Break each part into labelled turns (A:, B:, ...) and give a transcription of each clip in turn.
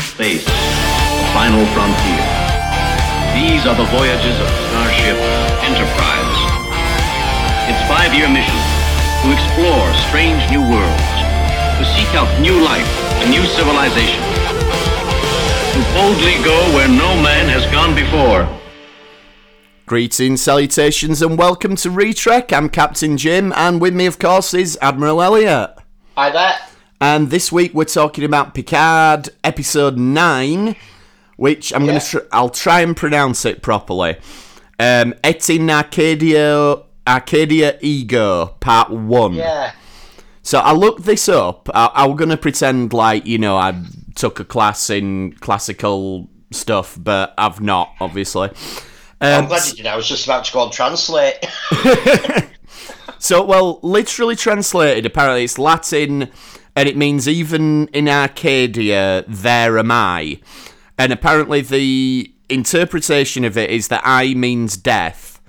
A: space, the final frontier. These are the voyages of Starship Enterprise. Its five-year mission, to explore strange new worlds, to seek out new life and new civilization, to boldly go where no man has gone before.
B: Greetings, salutations, and welcome to Retrek. I'm Captain Jim, and with me, of course, is Admiral Elliot.
C: Hi there.
B: And this week we're talking about Picard episode 9, which I'm going
C: Yeah.
B: to tr- I'll try and pronounce it properly. Um Et in Arcadia Arcadia Ego Part 1.
C: Yeah.
B: So I looked this up. I, I was going to pretend like, you know, I took a class in classical stuff, but I've not obviously.
C: I'm
B: Um,
C: glad you did. I was just about to go and translate.
B: So, well, literally translated, apparently it's Latin, and it means even in Arcadia, there am I. And apparently the interpretation of it is that I means death,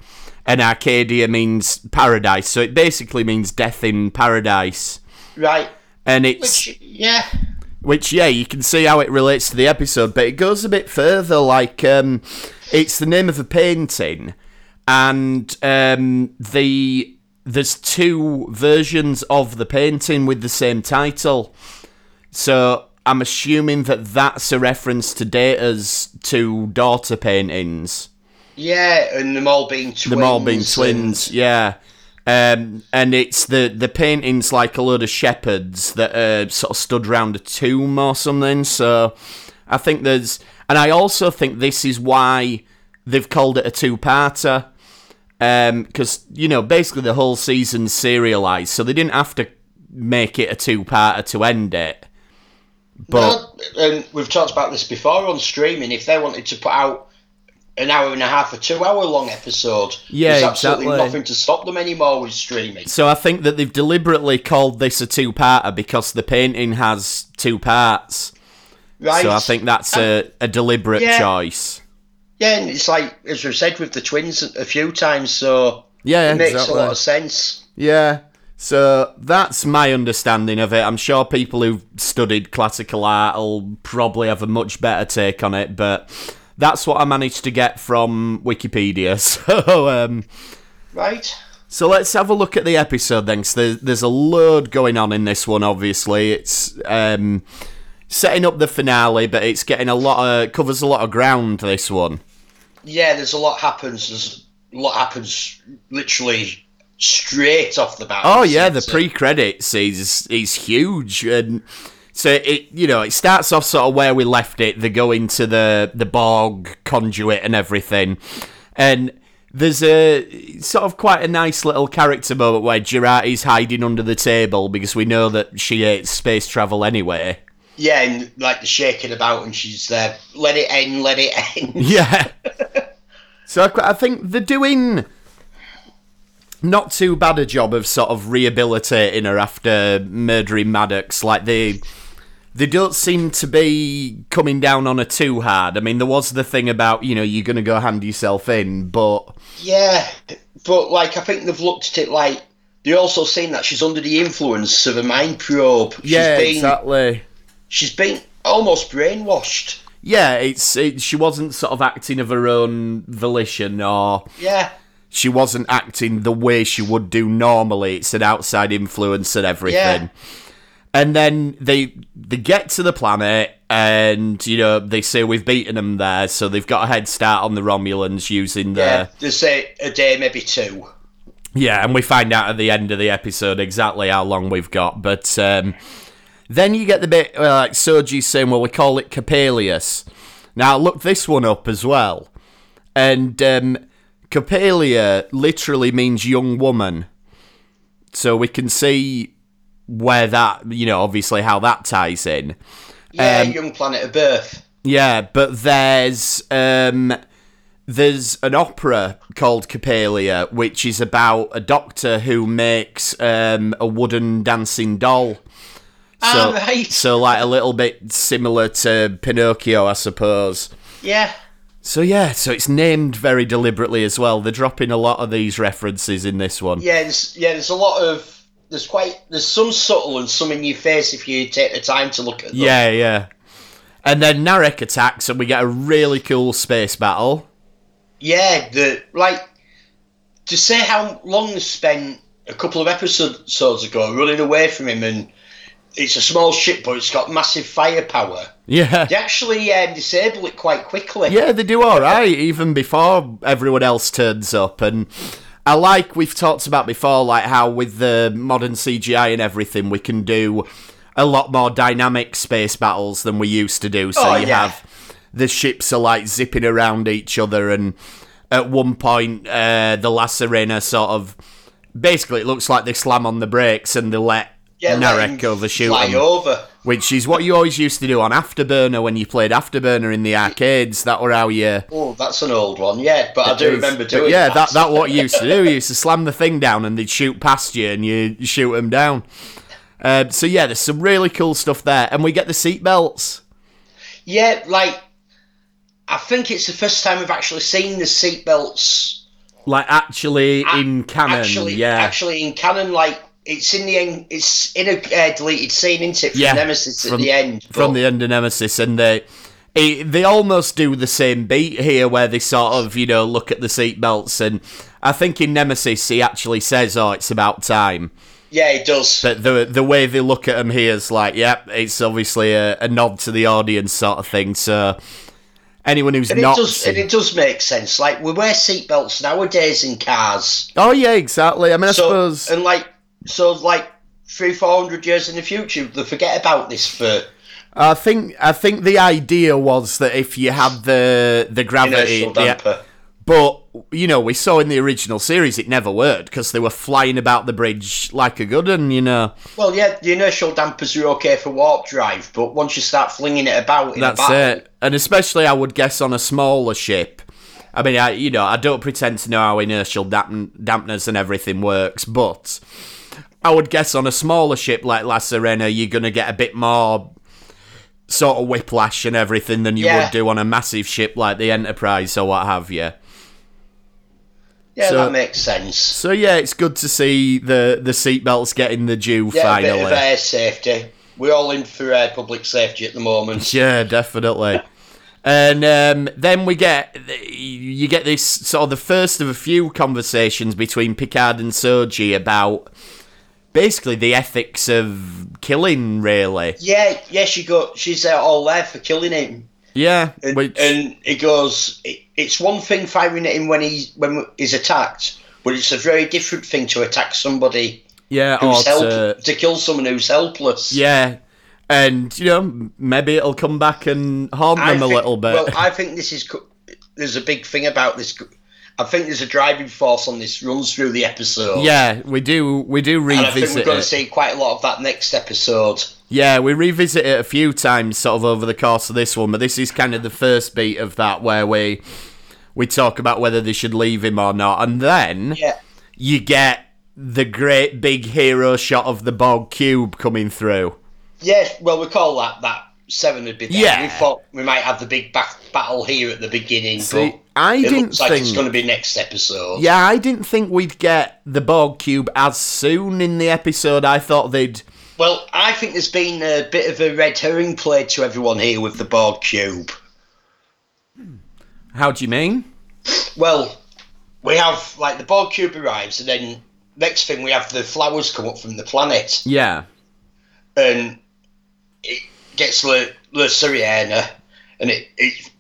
B: and Arcadia means paradise. So it basically means death in paradise.
C: right.
B: And it's
C: Which, yeah.
B: which yeah you can see how it relates to the episode but it goes a bit further like um it's the name of a painting and um the there's two versions of the painting with the same title so i'm assuming that that's a reference to data's two daughter paintings
C: Yeah, and them all being twins.
B: the all being
C: and-
B: twins, yeah. Um, and it's the the paintings like a load of shepherds that uh, sort of stood round a tomb or something. So I think there's, and I also think this is why they've called it a two-parter, because you know basically the whole season's serialized, so they didn't have to make it a two-parter to end it. But
C: Well, and we've talked about this before on streaming. If they wanted to put out an hour and a half, a two-hour-long episode,
B: Yeah,
C: there's absolutely
B: exactly.
C: nothing to stop them anymore with streaming.
B: So I think that they've deliberately called this a two-parter because the painting has two parts.
C: Right.
B: So I think that's a, a deliberate
C: Yeah.
B: choice.
C: Yeah, and it's like as we've said with the twins a few times, so
B: Yeah,
C: it makes
B: exactly.
C: a lot of sense.
B: Yeah. So that's my understanding of it. I'm sure people who've studied classical art will probably have a much better take on it, but that's what I managed to get from Wikipedia. So um,
C: Right.
B: so let's have a look at the episode then. 'cause there- there's a load going on in this one. Obviously, it's um, setting up the finale, but it's getting a lot of covers a lot of ground. This one.
C: Yeah, there's a lot happens. There's a lot happens literally straight off the bat.
B: Oh yeah, the
C: So-
B: pre credits is is huge, and so it you know it starts off sort of where we left it. They go into the the Borg conduit and everything, and there's a sort of quite a nice little character moment where Girardi's hiding under the table because we know that she hates space travel anyway.
C: Yeah, and like the shaking about, and she's there. Let it end. Let it end.
B: Yeah. so I, qu- I think they're doing not too bad a job of sort of rehabilitating her after murdering Maddox. Like they they don't seem to be coming down on her too hard. I mean, there was the thing about you know you're gonna go hand yourself in, but
C: yeah, but like I think they've looked at it like they're also saying that she's under the influence of a mind probe. She's
B: yeah,
C: been,
B: exactly.
C: She's been almost brainwashed.
B: Yeah, it's it, she wasn't sort of acting of her own volition or
C: Yeah,
B: she wasn't acting the way she would do normally. It's an outside influence and everything.
C: Yeah.
B: And then they they get to the planet, and you know they say we've beaten them there, so they've got a head start on the Romulans using the
C: yeah.
B: yeah.
C: They say a day, maybe two.
B: and we find out at the end of the episode exactly how long we've got, but. um then you get the bit uh, like Soji saying, "Well, we call it Capelius." Now, I looked this one up as well, and um, Capelia literally means young woman, so we can see where that you know obviously how that ties in.
C: Yeah,
B: Um,
C: young planet of birth.
B: Yeah, but there's um there's an opera called Capellia, which is about a doctor who makes um a wooden dancing doll. So,
C: Ah, right.
B: so like a little bit similar to Pinocchio, I suppose.
C: Yeah,
B: So yeah, so it's named very deliberately as well. They're dropping a lot of these references in this one.
C: yeah. There's, yeah, there's a lot of. There's quite. There's some subtle and some in your face if you take the time to look at them.
B: Yeah, yeah. And then Narek attacks, and we get a really cool space battle.
C: Yeah, the like to say how long they spent a couple of episodes ago running away from him, and it's a small ship, but it's got massive firepower.
B: Yeah.
C: They actually um, disable it quite quickly.
B: Yeah, they do all right even before everyone else turns up. And I like we've talked about before, like how with the modern CGI and everything, we can do a lot more dynamic space battles than we used to do. So
C: Oh,
B: you
C: yeah.
B: have the ships are like zipping around each other, and at one point, uh, the La Serena sort of basically it looks like they slam on the brakes and they let
C: yeah, let him
B: Narek overshoot
C: fly
B: them
C: over.
B: which is what you always used to do on Afterburner when you played Afterburner in the arcades. That were how you.
C: Oh, that's an old one. Yeah, but I do remember
B: But
C: doing.
B: yeah, that that what you used to do. You used to slam the thing down and they'd shoot past you and you shoot them down. Uh, so yeah, there's some really cool stuff there, and we get the seatbelts.
C: Yeah, like I think it's the first time we've actually seen the seatbelts
B: Like actually in canon,
C: actually,
B: yeah,
C: actually in canon. Like it's in the end, it's in a uh, deleted scene, isn't it? From
B: Yeah,
C: Nemesis
B: from-
C: at the end.
B: from
C: but-
B: the end of Nemesis, and they it, they almost do the same beat here, where they sort of you know look at the seatbelts, and I think in Nemesis he actually says, "Oh, it's about time."
C: yeah, it does.
B: But the the way they look at him here is like, yep, it's obviously a, a nod to the audience sort of thing. So anyone who's
C: and it
B: not,
C: does, and
B: seen-
C: it does make sense. Like we wear seatbelts nowadays in cars.
B: oh yeah, exactly. I mean, I
C: so
B: suppose
C: and like so like three four hundred years in the future, they forget about this for
B: I think I think the idea was that if you had the the gravity,
C: inertial
B: the-
C: damper.
B: but you know, we saw in the original series it never worked because they were flying about the bridge like a good un, you know.
C: Well, yeah, the inertial dampers are okay for warp drive, but once you start flinging it about in a
B: That's
C: battle,
B: it. And especially, I would guess, on a smaller ship. I mean, I, you know, I don't pretend to know how inertial damp- dampeners and everything works, but I would guess on a smaller ship like La Serena, you're going to get a bit more sort of whiplash and everything than you
C: Yeah.
B: would do on a massive ship like the Enterprise or what have you.
C: yeah,
B: so-
C: that makes sense.
B: So yeah, it's good to see the the seatbelts getting the due
C: Yeah,
B: finally.
C: a bit of air safety. We're all in for uh, public safety at the moment.
B: Yeah, definitely. And um, then we get you get this sort of the first of a few conversations between Picard and Soji about basically the ethics of killing, really.
C: Yeah, yeah, she got. She's uh, all there for killing him,
B: Yeah,
C: and,
B: which
C: and he goes. "It- It's one thing firing at him when he's when he's attacked, but it's a very different thing to attack somebody
B: yeah, or
C: who's
B: to,
C: help to kill someone who's helpless.
B: uh, yeah, and you know maybe it'll come back and harm them a
C: think-
B: little bit.
C: Well, I think this is co- there's a big thing about this. co- I think there's a driving force on this runs through the episode.
B: yeah, we do we do
C: and I think we're
B: revisit
C: going to
B: it.
C: see quite a lot of that next episode.
B: Yeah, we revisit it a few times sort of over the course of this one, but this is kind of the first beat of that where we we talk about whether they should leave him or not. And then
C: Yeah,
B: you get the great big hero shot of the Borg cube coming through.
C: yeah. Well, we call that that seven would be. There.
B: Yeah.
C: we thought we might have the big ba- battle here at the beginning,
B: See,
C: but
B: I
C: Oh. it
B: didn't
C: looks like it's
B: think-
C: going to be next episode.
B: Yeah, I didn't think we'd get the Borg cube as soon in the episode. I thought they'd
C: Well, I think there's been a bit of a red herring played to everyone here with the Borg cube.
B: How do you mean?
C: Well, we have like the Borg cube arrives, and then next thing we have the flowers come up from the planet.
B: Yeah.
C: and it gets the the Syriana, and it it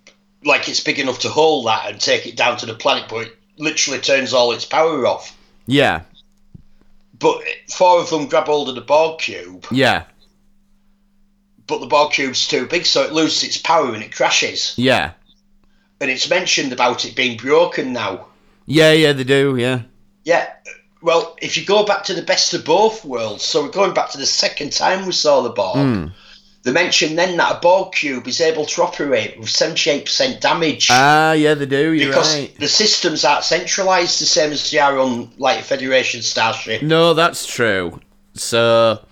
C: like it's big enough to hold that and take it down to the planet, but it literally turns all its power off.
B: Yeah.
C: But four of them grab hold of the Borg cube,
B: Yeah.
C: but the Borg cube's too big, so it loses its power and it crashes.
B: Yeah.
C: And it's mentioned about it being broken now.
B: Yeah, yeah, they do, yeah.
C: Yeah. Well, if you go back to the best of both worlds, so we're going back to the second time we saw the Borg. They mentioned then that a Borg cube is able to operate with seventy-eight percent damage.
B: Ah, yeah, they do, you're
C: because
B: right.
C: the systems aren't centralized the same as they are on like Federation Starship.
B: No, that's true. So,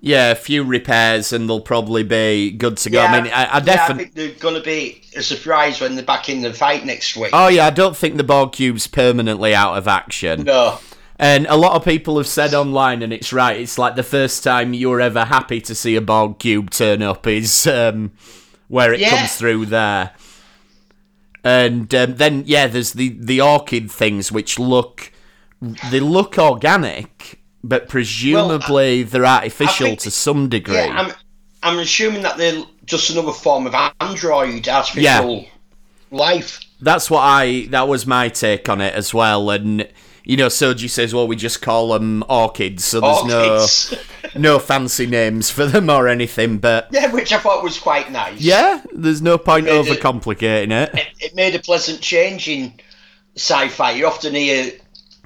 B: yeah, a few repairs and they'll probably be good to go. I mean, I, I
C: I
B: definitely.
C: think they're going to be a surprise when they're back in the fight next week.
B: Oh yeah, I don't think the Borg cube's permanently out of action.
C: No,
B: And a lot of people have said online, and it's right. It's like the first time you were ever happy to see a Borg cube turn up is um, where it
C: Yeah.
B: comes through there. And um, then yeah, there's the the orchid things which look they look organic, but presumably they're artificial
C: think-
B: to some degree.
C: Yeah, I'm, I'm assuming that they're just another form of android artificial life.
B: that's what I that was my take on it as well. And you know, Soji says, "Well, we just call them orchids, so there's
C: Orchids.
B: no no fancy names for them or anything." But
C: yeah, which I thought was quite nice.
B: yeah, there's no point
C: Made it-
B: overcomplicating it.
C: it made a pleasant change in sci-fi. You often hear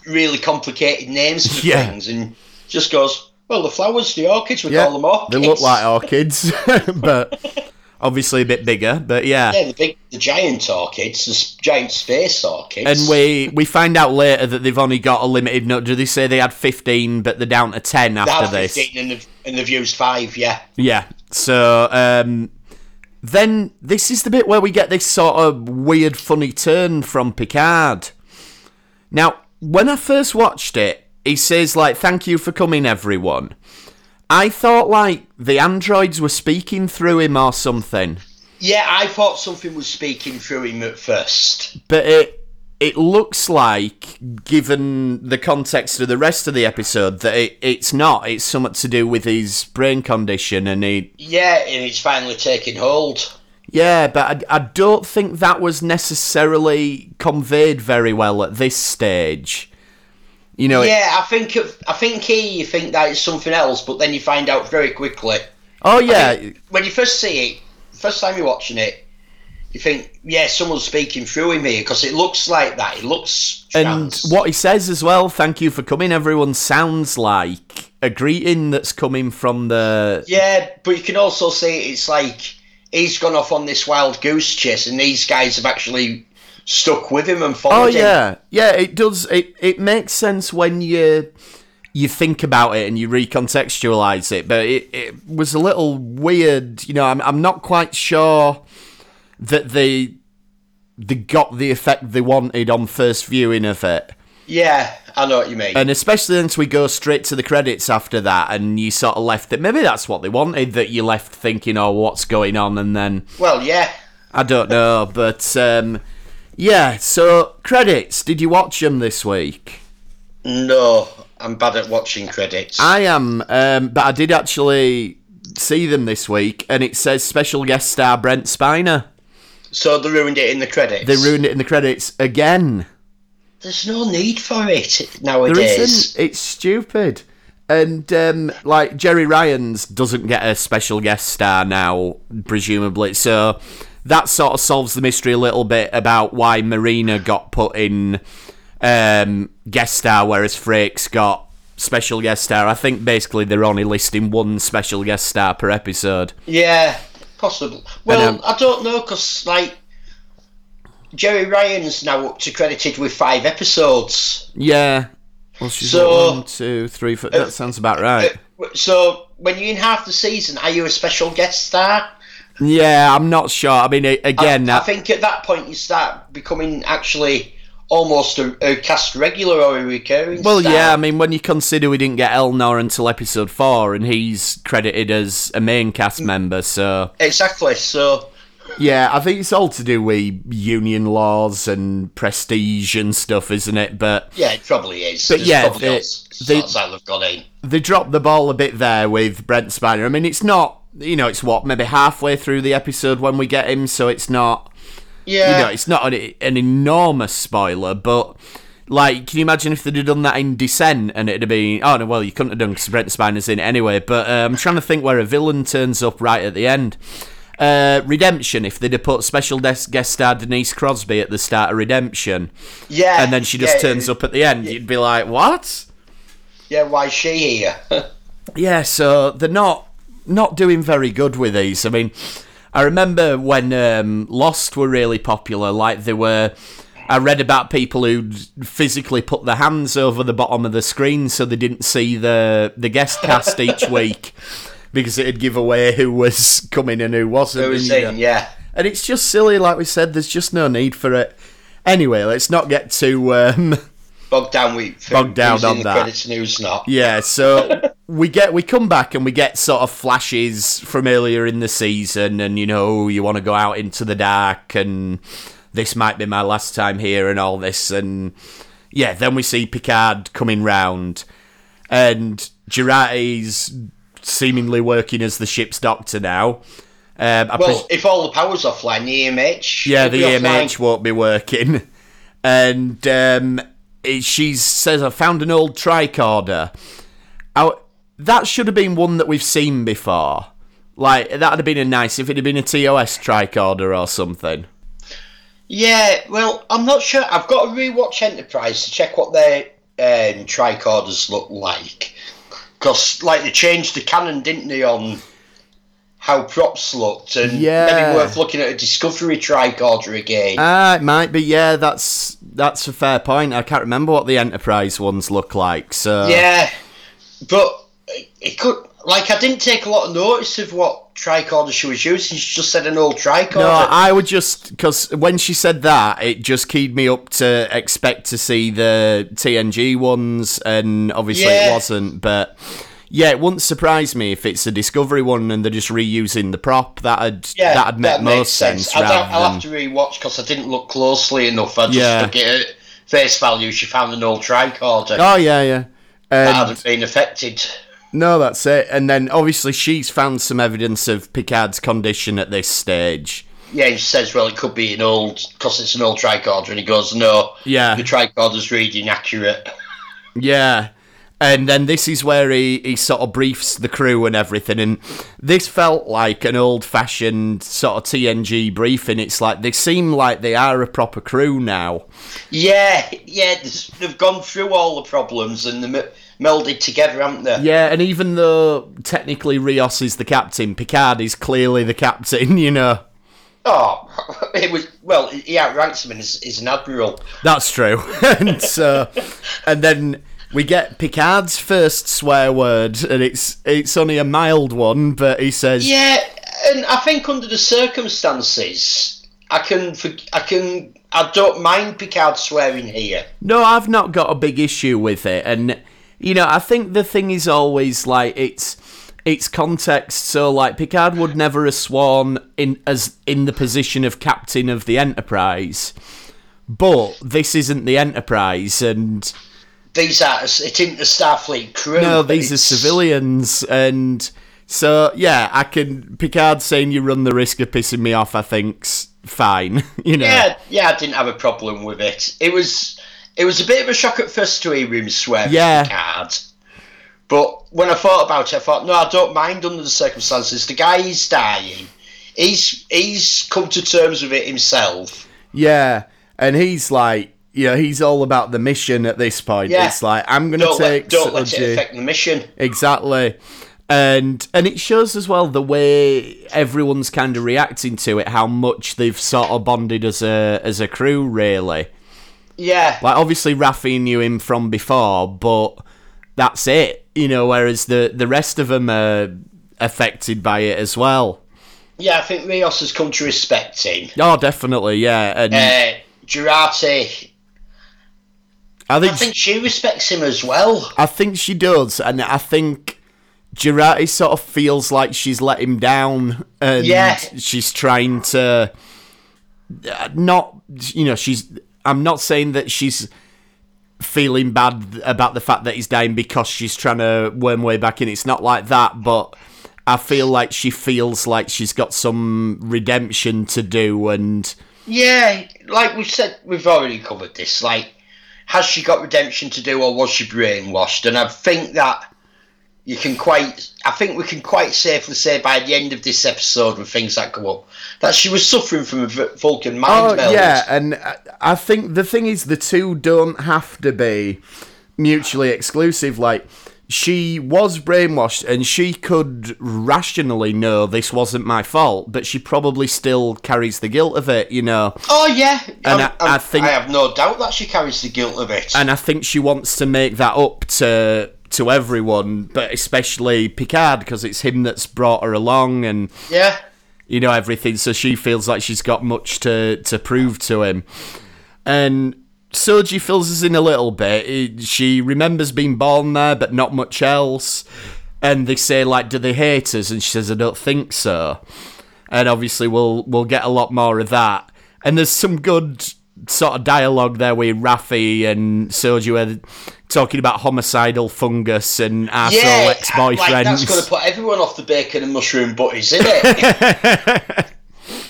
C: really complicated names for
B: Yeah.
C: things, and just goes, "Well, the flowers, the orchids, we call them
B: Yeah,
C: orchids."
B: they look like orchids, but obviously a bit bigger. But yeah,
C: yeah, the big, the giant orchids, the s- giant space orchids,
B: and we we find out later that they've only got a limited. No, do they say they had fifteen, but they're down to ten
C: They have
B: after this?
C: 15 and they've, and they've used five. Yeah,
B: Yeah. So um, then this is the bit where we get this sort of weird, funny turn from Picard. Now, when I first watched it, he says like, "Thank you for coming, everyone." I thought like the androids were speaking through him or something,
C: yeah. I thought something was speaking through him at first.
B: but it it looks like, given the context of the rest of the episode, that it, it's not. It's something to do with his brain condition, and he
C: Yeah, and it's finally taking hold.
B: Yeah, but I, I don't think that was necessarily conveyed very well at this stage. You know, Oh, it-
C: Yeah, I think of, I think he you think that it's something else, but then you find out very quickly.
B: oh yeah,
C: when you first see it, first time you're watching it, you think, yeah, someone's speaking through him here because it looks like that. It looks
B: and
C: trans.
B: what he says as well. Thank you for coming. Everyone sounds like a greeting that's coming from the.
C: Yeah, but you can also see it's like he's gone off on this wild goose chase, and these guys have actually stuck with him and followed
B: Oh
C: him.
B: yeah, yeah. It does. It it makes sense when you you think about it and you recontextualize it. But it, it was a little weird. You know, I'm I'm not quite sure that they they got the effect they wanted on first viewing of it.
C: Yeah, I know what you mean.
B: And especially since we go straight to the credits after that, and you sort of left it. Maybe that's what they wanted. That you left thinking, "Oh, what's going on?" And then
C: well, yeah,
B: I don't know, but um, yeah. So credits. Did you watch them this week?
C: no, I'm bad at watching credits.
B: I am, um, but I did actually see them this week, and it says special guest star Brent Spiner.
C: so they ruined it in the credits.
B: They ruined it in the credits again.
C: There's no need for it
B: There
C: nowadays.
B: isn't. It's stupid. And um, like Jerry Ryan's doesn't get a special guest star now, presumably. So that sort of solves the mystery a little bit about why Marina got put in um, guest star, whereas Frakes got special guest star. I think basically they're only listing one special guest star per episode.
C: Yeah, possible. Well,
B: um,
C: I don't know because like Jerry Ryan's now up to credited with five episodes.
B: Yeah. Well, she's
C: So- uh,
B: got one, two, three, four. That sounds about right.
C: So when you're in half the season, are you a special guest star?
B: Yeah, I'm not sure. I mean, a- again,
C: I
B: that,
C: think at that point you start becoming actually almost a, a cast regular or a recurring.
B: Well,
C: star.
B: yeah, I mean, when you consider we didn't get Elnor until episode four, and he's credited as a main
C: Mm.
B: cast member, so
C: exactly. So
B: yeah, I think it's all to do with union laws and prestige and stuff, isn't it? But
C: yeah, it probably is.
B: But
C: There's
B: yeah,
C: probably
B: the-
C: all
B: the-
C: sorts that'll have gone in.
B: they dropped the ball a bit there with Brent Spiner. I mean, it's not, you know, it's what maybe halfway through the episode when we get him, so it's not, you
C: Yeah,
B: know, it's not an, an enormous spoiler, but. Like, can you imagine if they'd have done that in Descent and it'd have been. Oh, no, well, you couldn't have done because Brent Spiner's in it anyway. But uh, I'm trying to think where a villain turns up right at the end. Uh, Redemption, if they'd have put special des- guest star Denise Crosby at the start of Redemption
C: yeah.
B: and then she just
C: yeah,
B: turns up at the end, you'd be like, what?
C: Yeah, why is she here?
B: Yeah, so they're not not doing very good with these. I mean, I remember when um, Lost were really popular. Like they were, I read about people who physically put their hands over the bottom of the screen so they didn't see the the guest cast each week because it'd give away who was coming and who wasn't.
C: Who
B: and,
C: is
B: uh, you
C: in?
B: know.
C: Yeah.
B: And it's just silly, like we said. There's just no need for it. Anyway, let's not get too um,
C: bogged down with
B: Bogged down
C: who's in
B: on
C: the
B: that.
C: credits and who's not.
B: Yeah, so we get we come back and we get sort of flashes from earlier in the season, and you know oh, you want to go out into the dark, and this might be my last time here, and all this, and yeah, then we see Picard coming round, and Girardi's seemingly working as the ship's doctor now. Um, I
C: Well,
B: pres-
C: if all the power's offline, the E EMH.
B: yeah,
C: will
B: the E
C: be offline.
B: EMH won't be working. And um, it- she says, I found an old tricorder. I, that should have been one that we've seen before. Like, that would have been a nice, if it had been a TOS tricorder or something.
C: Yeah, well, I'm not sure. I've got to rewatch Enterprise to check what their um, tricorders look like. Because, like, they changed the canon, didn't they, on how props looked? And
B: Yeah.
C: maybe worth looking at a Discovery tricorder again.
B: Ah, it might be, yeah, that's that's a fair point. I can't remember what the Enterprise ones look like, so.
C: yeah, but it, it could. Like, I didn't take a lot of notice of what tricorder she was using. She just said an old tricorder.
B: No, I would just because when she said that, it just keyed me up to expect to see the TNG ones, and obviously it
C: Yeah.
B: wasn't. But yeah, it wouldn't surprise me if it's a Discovery one and they're just reusing the prop. That'd
C: yeah,
B: that'd make
C: that makes
B: most sense.
C: I'll,
B: rather
C: I'll
B: than-
C: have to rewatch because I didn't look closely enough. I just
B: Yeah.
C: took it at face value. She found an old tricorder.
B: Oh yeah, yeah.
C: that
B: And,
C: hadn't been affected.
B: no, that's it. And then obviously she's found some evidence of Picard's condition at this stage.
C: Yeah, he says, well, it could be an old, because it's an old tricorder. And he goes, no,
B: Yeah.
C: the tricorder's reading accurate.
B: Yeah. And then this is where he, he sort of briefs the crew and everything. And this felt like an old fashioned sort of TNG briefing. It's like they seem like they are a proper crew now.
C: Yeah, yeah, this- they've gone through all the problems and they're m- melded together, haven't they?
B: Yeah, and even though technically Rios is the captain, Picard is clearly the captain, you know.
C: Oh, it was, well, he outranks him and is, is an admiral.
B: That's true. and so, and then we get Picard's first swear word, and it's it's only a mild one, but he says,
C: Yeah, and I think under the circumstances, I can, for- I can, I don't mind Picard swearing here.
B: No, I've not got a big issue with it, and you know, I think the thing is always like it's it's context. So, like Picard would never have sworn in as in the position of captain of the Enterprise, but this isn't the Enterprise, and
C: These are, it isn't the Starfleet crew.
B: no, these are
C: it's-
B: civilians, and so yeah, I can Picard saying you run the risk of pissing me off. I think's fine, you know.
C: Yeah, yeah, I didn't have a problem with it. It was it was a bit of a shock at first to hear him swear
B: Yeah.
C: yeah. card. But when I thought about it, I thought, no, I don't mind under the circumstances. The guy is dying. He's he's come to terms with it himself.
B: Yeah, and he's like, you know, he's all about the mission at this point.
C: Yeah.
B: It's like I'm gonna
C: Don't
B: take
C: let, don't let
B: Soji-
C: it affect the mission.
B: exactly, and and it shows as well the way everyone's kind of reacting to it, how much they've sort of bonded as a as a crew, really.
C: Yeah,
B: Like obviously Raffi knew him from before, but that's it, you know. Whereas the the rest of them are affected by it as well.
C: yeah. I think Rios has come to respect him.
B: Oh, definitely, yeah, and
C: Uh, Girardi,
B: I think
C: Uh, I think she respects him as well.
B: I think she does, and I think Girardi sort of feels like she's let him down, and
C: Yeah.
B: she's trying to uh, not, you know, she's. I'm not saying that she's feeling bad about the fact that he's dying because she's trying to worm way back in. It's not like that, but I feel like she feels like she's got some redemption to do, and
C: Yeah, like we said, we've already covered this. Like, has she got redemption to do, or was she brainwashed? And I think that you can quite, I think we can quite safely say by the end of this episode, with things that come up, that she was suffering from a Vul- Vulcan mind
B: Oh
C: meld.
B: yeah, and I- I think the thing is the two don't have to be mutually exclusive. Like she was brainwashed, and she could rationally know this wasn't my fault, but she probably still carries the guilt of it, you know.
C: Oh yeah,
B: And
C: I'm-
B: I- I
C: I'm-
B: think-
C: I have no doubt that she carries the guilt of it.
B: And I think she wants to make that up to to everyone, but especially Picard because it's him that's brought her along, and
C: yeah,
B: you know everything so she feels like she's got much to to prove to him and Soji fills us in a little bit. He- She remembers being born there, but not much else. and they say like, "Do they hate us?" And she says, "I don't think so." And obviously, we'll we'll get a lot more of that. And there's some good sort of dialogue there with Rafi and Soju are talking about homicidal fungus and arsehole
C: Yeah, uh,
B: ex-boyfriends.
C: like, that's going to put everyone off the bacon and mushroom butties, isn't it?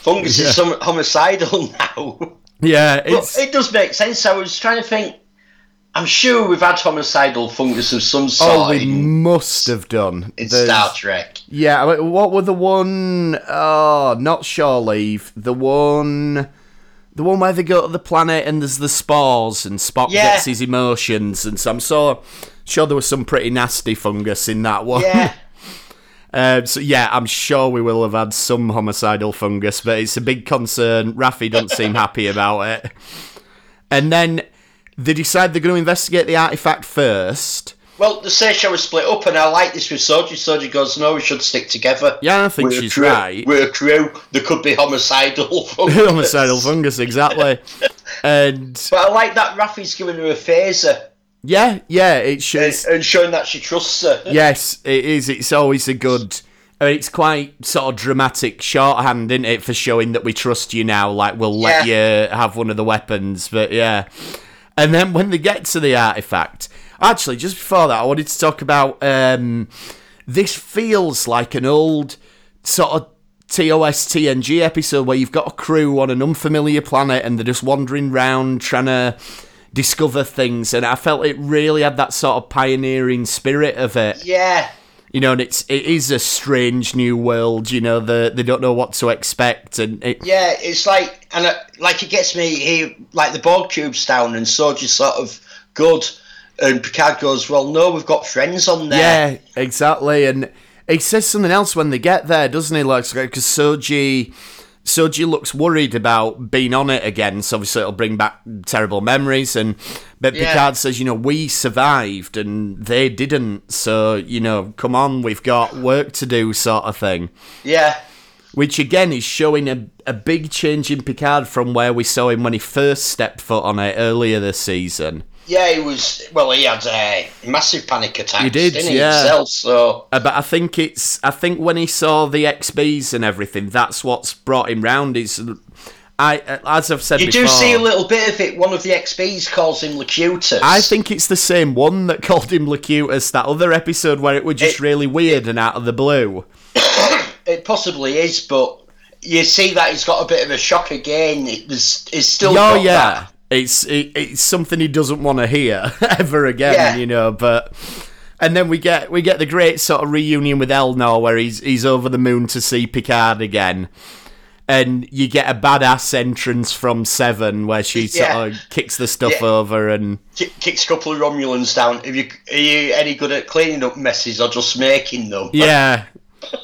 C: Fungus is some homicidal now.
B: yeah,
C: But
B: it's
C: it does make sense. I was trying to think. I'm sure we've had homicidal fungus of some sort
B: oh, we
C: in,
B: must have done.
C: in
B: There's-
C: Star Trek.
B: Yeah, I mean, what were the one? Oh, not shore leave. The one, the one where they go to the planet and there's the spores and Spock
C: Yeah.
B: gets his emotions and so I'm so sure there was some pretty nasty fungus in that one.
C: Yeah.
B: Um, so yeah, I'm sure we will have had some homicidal fungus, but it's a big concern. Rafi doesn't seem happy about it. And then they decide they're going to investigate the artifact first.
C: Well, the Seisha was split up, and I like this with Soji. Soji goes, "No, we should stick together."
B: Yeah, I think
C: We're a
B: she's
C: crew.
B: right.
C: We're a crew. There could be homicidal fungus.
B: homicidal fungus, exactly. And
C: But I like that Rafi's giving her a phaser
B: yeah, yeah, it shows.
C: and, and showing that she trusts her.
B: Yes, it is. It's always a good. I mean, it's quite sort of dramatic shorthand, isn't it, for showing that we trust you now? Like we'll let you have one of the weapons, but yeah. And then when they get to the artifact, actually, just before that, I wanted to talk about. Um, this feels like an old sort of TOSTNG episode where you've got a crew on an unfamiliar planet and they're just wandering round trying to discover things. And I felt it really had that sort of pioneering spirit of it
C: Yeah.
B: you know, and it's it is a strange new world. You know, the, they don't know what to expect, and it,
C: Yeah, it's like and uh, like it gets me he like the Borg cubes down and Soji's sort of good, and Picard goes, "Well, no, we've got friends on there."
B: yeah, exactly. And he says something else when they get there, doesn't he? Like, because Soji, Soji looks worried about being on it again. So obviously, it'll bring back terrible memories. And but
C: Yeah.
B: Picard says, you know, we survived and they didn't. So you know, come on, we've got work to do, sort of thing.
C: Yeah,
B: which again is showing a, a big change in Picard from where we saw him when he first stepped foot on it earlier this season.
C: yeah, he was. Well, he had a massive panic attack.
B: He did,
C: didn't he,
B: yeah.
C: Himself, so
B: Uh, but I think it's I think when he saw the XBs and everything, that's what's brought him round. Is I uh, as I've said
C: you
B: before,
C: do see a little bit of it. One of the XBs calls him Locutus.
B: I think it's the same one that called him Locutus. That other episode where it was just
C: It-
B: really weird and out of the blue.
C: it possibly is, but you see that he's got a bit of a shock again. It was, it's still.
B: Oh
C: got
B: yeah,
C: that.
B: it's it, it's something he doesn't want to hear ever again,
C: Yeah.
B: you know. But and then we get we get the great sort of reunion with Elnor, where he's he's over the moon to see Picard again, and you get a badass entrance from Seven, where she
C: Yeah.
B: sort of kicks the stuff
C: Yeah.
B: over and.
C: Ki- Kicks a couple of Romulans down. Are you, are you any good at cleaning up messes or just making them?
B: Yeah.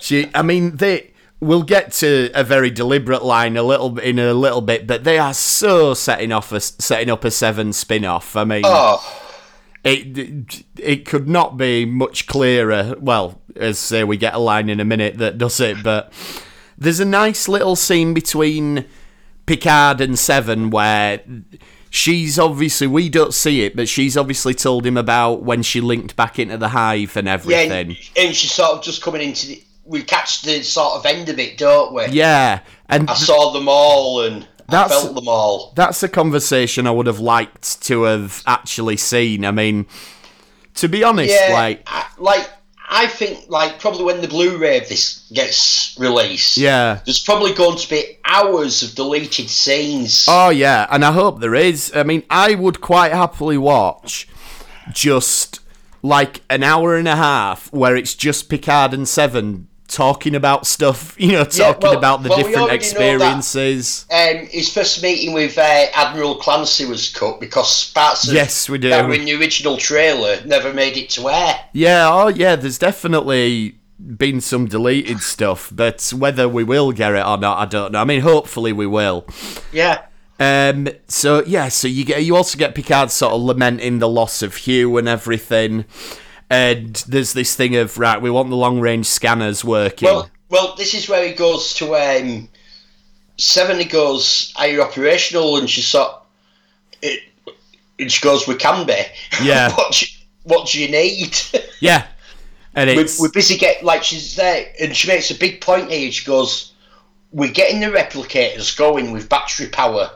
B: She I mean they we'll get to a very deliberate line a little bit in a little bit, but they are so setting off a, setting up a seven spin off. I mean
C: Oh.
B: it it could not be much clearer. Well, as I say we get a line in a minute that does it, but there's a nice little scene between Picard and Seven where she's obviously we don't see it, but she's obviously told him about when she linked back into the hive and
C: Yeah,
B: everything.
C: and, and she's sort of just coming into the. We catch the sort of end of it, don't we?
B: Yeah, and
C: I saw them all and I
B: That's-
C: felt them all.
B: that's a conversation I would have liked to have actually seen. I mean, to be honest,
C: Yeah,
B: like,
C: I, like I think, like probably when the Blu-ray of this gets released,
B: yeah.
C: there's probably going to be hours of deleted scenes.
B: Oh, yeah, and I hope there is. I mean, I would quite happily watch just like an hour and a half where it's just Picard and Seven talking about stuff, you know, talking
C: well-
B: about the
C: well, we
B: different
C: already know that.
B: experiences.
C: Um, his first meeting with uh, Admiral Clancy was cut because parts of
B: Yes, we do.
C: that were in the original trailer never made it to air.
B: Yeah, oh, yeah, there's definitely been some deleted stuff, but whether we will get it or not, I don't know. I mean, hopefully we will.
C: Yeah,
B: Um, so yeah, so you get you also get Picard sort of lamenting the loss of Hugh and everything, and there's this thing of right, we want the long range scanners working.
C: Well, well, this is where he goes to um, seven. He goes, "Are you operational?" And she sort, it, and she goes, "We can be."
B: Yeah.
C: what, do you, what do you need?
B: yeah, And
C: we're,
B: it's
C: we're busy getting like she's there, and she makes a big point here. She goes, "We're getting the replicators going with battery power.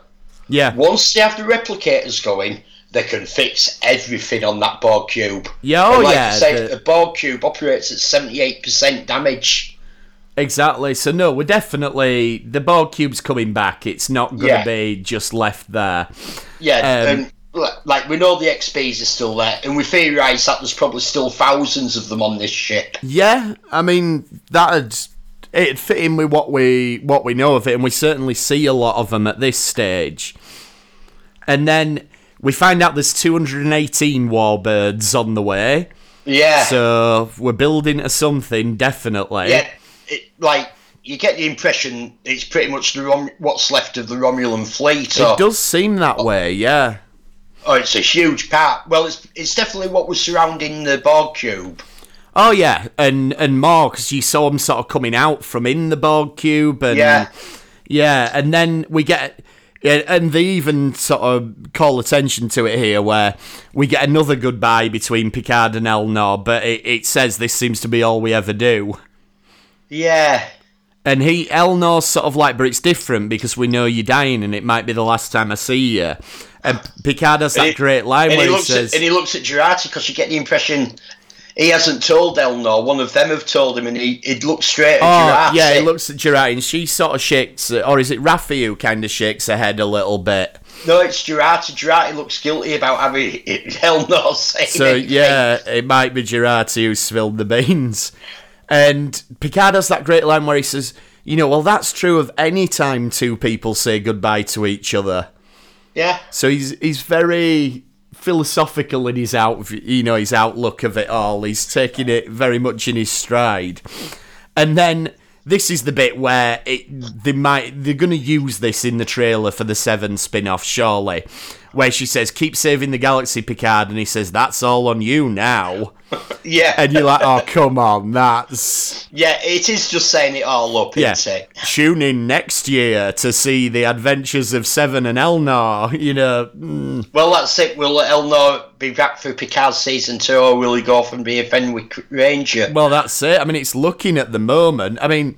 B: yeah,
C: Once they have the replicators going, they can fix everything on that Borg cube."
B: Yeah, oh
C: And like
B: yeah,
C: I said,
B: the-
C: the, Borg cube operates at seventy-eight percent damage.
B: exactly. So no, we're definitely the Borg cube's coming back. It's not gonna
C: Yeah.
B: be just left there.
C: Yeah,
B: Um,
C: and li- like we know the XPs are still there, and we theorise that there's probably still thousands of them on this ship.
B: Yeah, I mean that'd it'd fit in with what we what we know of it, and we certainly see a lot of them at this stage. And then we find out there's 218 warbirds on the way,
C: Yeah.
B: so we're building to something definitely.
C: yeah, it, like you get the impression it's pretty much the Rom- what's left of the Romulan fleet, or,
B: It does seem
C: Oh.
B: that way, yeah.
C: or it's a huge part. Well, it's it's definitely what was surrounding the Borg cube.
B: Oh yeah, and and more because you saw them sort of coming out from in the Borg cube, and
C: Yeah.
B: yeah, and then we get. yeah, And they even sort of call attention to it here, where we get another goodbye between Picard and Elnor, but it, it says this seems to be all we ever do.
C: Yeah,
B: And he, Elnor's sort of like, but it's different because we know you're dying, and it might be the last time I see you. And Picard has that
C: he-
B: great line
C: and
B: where
C: he
B: he,
C: looks
B: says,
C: at, and he looks at Girardi because you get the impression he hasn't told Elnor. One of them have told him, and he he looks straight at
B: Oh,
C: Girardi.
B: yeah, he looks at Gerard and she sort of shakes, or is it Raffi who kind of shakes her head a little bit?
C: No, it's Girardi. Girardi looks guilty about having Elnor say.
B: So, yeah, it might be Gerard who spilled the beans. And Picard has that great line where he says, you know, well, that's true of any time two people say goodbye to each other.
C: yeah,
B: So he's he's very philosophical in his out you know his outlook of it all. He's taking it very much in his stride. And then this is the bit where it they might they're going to use this in the trailer for the Seven spin-off surely, where she says keep saving the galaxy Picard and he says that's all on you now.
C: yeah,
B: And you're like oh come on that's
C: yeah. It is just saying it all up.
B: yeah.
C: Isn't it?
B: Tune in next year to see the adventures of Seven and Elnor, you know.
C: Well, that's it. Will Elnor be back for Picard season two, or will he go off and be a Fenwick Ranger?
B: Well, that's it. I mean, it's looking at the moment. I mean,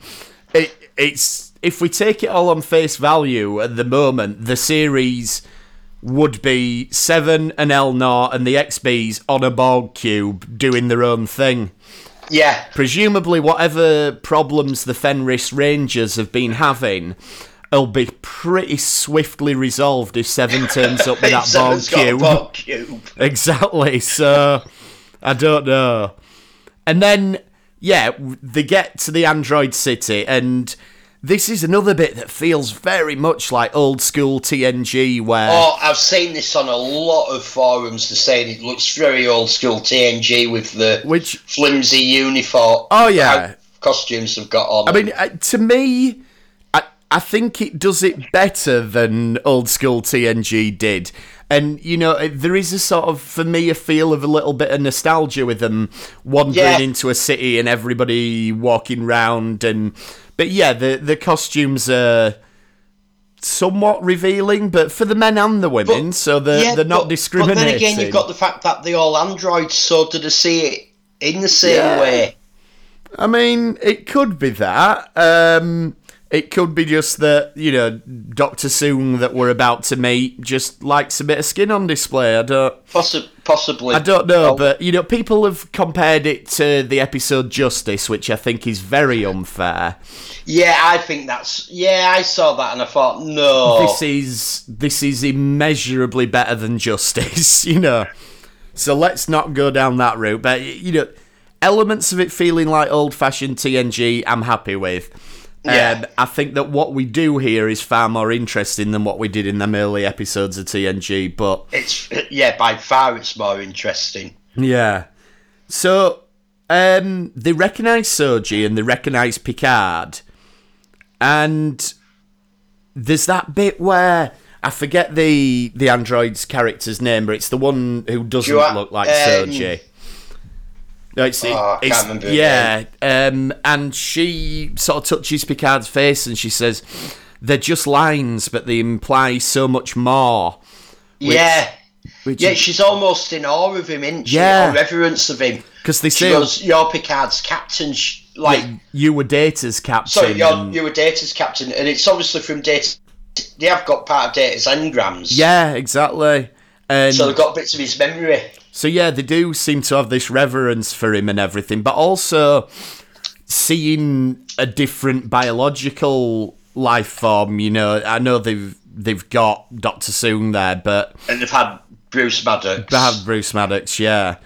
B: it, it's if we take it all on face value at the moment, the series would be Seven and Elnor and the XBs on a Borg cube doing their own thing.
C: yeah,
B: Presumably, whatever problems the Fenris Rangers have been having. Will be pretty swiftly resolved if Seven turns up with that Borg
C: Seven's got a
B: cube.
C: Borg cube.
B: Exactly. So I don't know. And then yeah, w- they get to the Android City and this is another bit that feels very much like old school TNG where
C: Oh, I've seen this on a lot of forums. They're saying it looks very old school TNG with the
B: which
C: flimsy uniform.
B: Oh, yeah.
C: how costumes have got on.
B: I mean uh, to me I I think it does it better than old school TNG did. And you know, it- there is a sort of for me a feel of a little bit of nostalgia with them wandering
C: Yeah.
B: into a city and everybody walking round and but yeah, the the costumes are somewhat revealing, but for the men and the women, so they're
C: yeah,
B: they're not
C: but,
B: discriminating.
C: But then again, you've got the fact that they're all androids, so do they see it in the same
B: Yeah.
C: way?
B: I mean, it could be that. Um, it could be just that you know Doctor Soong that we're about to meet just likes a bit of skin on display. I don't,
C: Possi- possibly.
B: I don't know,
C: Well,
B: but you know, people have compared it to the episode Justice, which I think is very unfair.
C: Yeah, I think that's. Yeah, I saw that and I thought, no.
B: This is this is immeasurably better than Justice, you know. So let's not go down that route. But you know, elements of it feeling like old-fashioned TNG, I'm happy with.
C: Yeah.
B: Um, I think that what we do here is far more interesting than what we did in them early episodes of TNG. But
C: It's yeah, by far it's more interesting.
B: yeah, so um, they recognise Soji and they recognise Picard, and there's that bit where I forget the the android's character's name, but it's the one who doesn't
C: Joa-
B: look like
C: um,
B: Soji. No, it's, it-
C: Oh, I can't
B: it's-
C: remember her
B: yeah, um, and she sort of touches Picard's face and she says, "They're just lines, but they imply so much more."
C: yeah,
B: Which
C: yeah,
B: is-
C: she's almost in awe of him, isn't she?
B: Yeah.
C: Or reverence of him.
B: because they
C: She
B: say
C: goes, "You're Picard's captain." Sh like,
B: that you were Data's captain.
C: sorry, you're,
B: and-
C: you were Data's captain, and it's obviously from Data. They have got part of Data's engrams.
B: yeah, exactly. And
C: So they've got bits of his memory.
B: So yeah, they do seem to have this reverence for him and everything, but also seeing a different biological life form. You know, I know they've they've got Doctor Soon there, but
C: And they've had Bruce Maddox.
B: they have Bruce Maddox, yeah.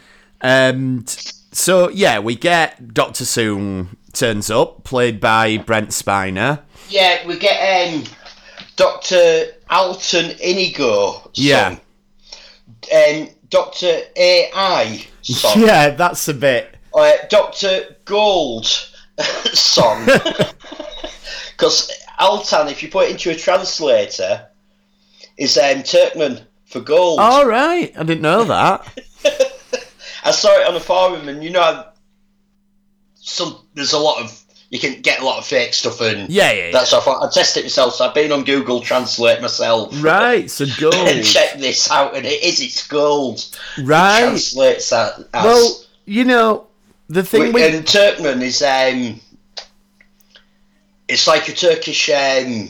B: And so yeah, we get Doctor Soon turns up, played by Brent Spiner.
C: Yeah, we get um, Dr. Alton Inigo. Son.
B: Yeah.
C: Um, Dr. AI. Son.
B: Yeah, that's a bit.
C: Uh, Dr. Gold song. Because Altan, if you put it into a translator, is um, Turkmen for gold.
B: All right, I didn't know that.
C: I saw it on a forum, and you know, how some there's a lot of you can get a lot of fake stuff, and
B: Yeah, yeah, yeah.
C: that's what I thought. I tested it myself, so I've been on Google Translate myself.
B: Right, so
C: And
B: gold.
C: check this out, and it is it's gold.
B: Right.
C: Translates that as
B: Well, you know, the thing
C: Wi-
B: with
C: and Turkmen is um, it's like a Turkish um,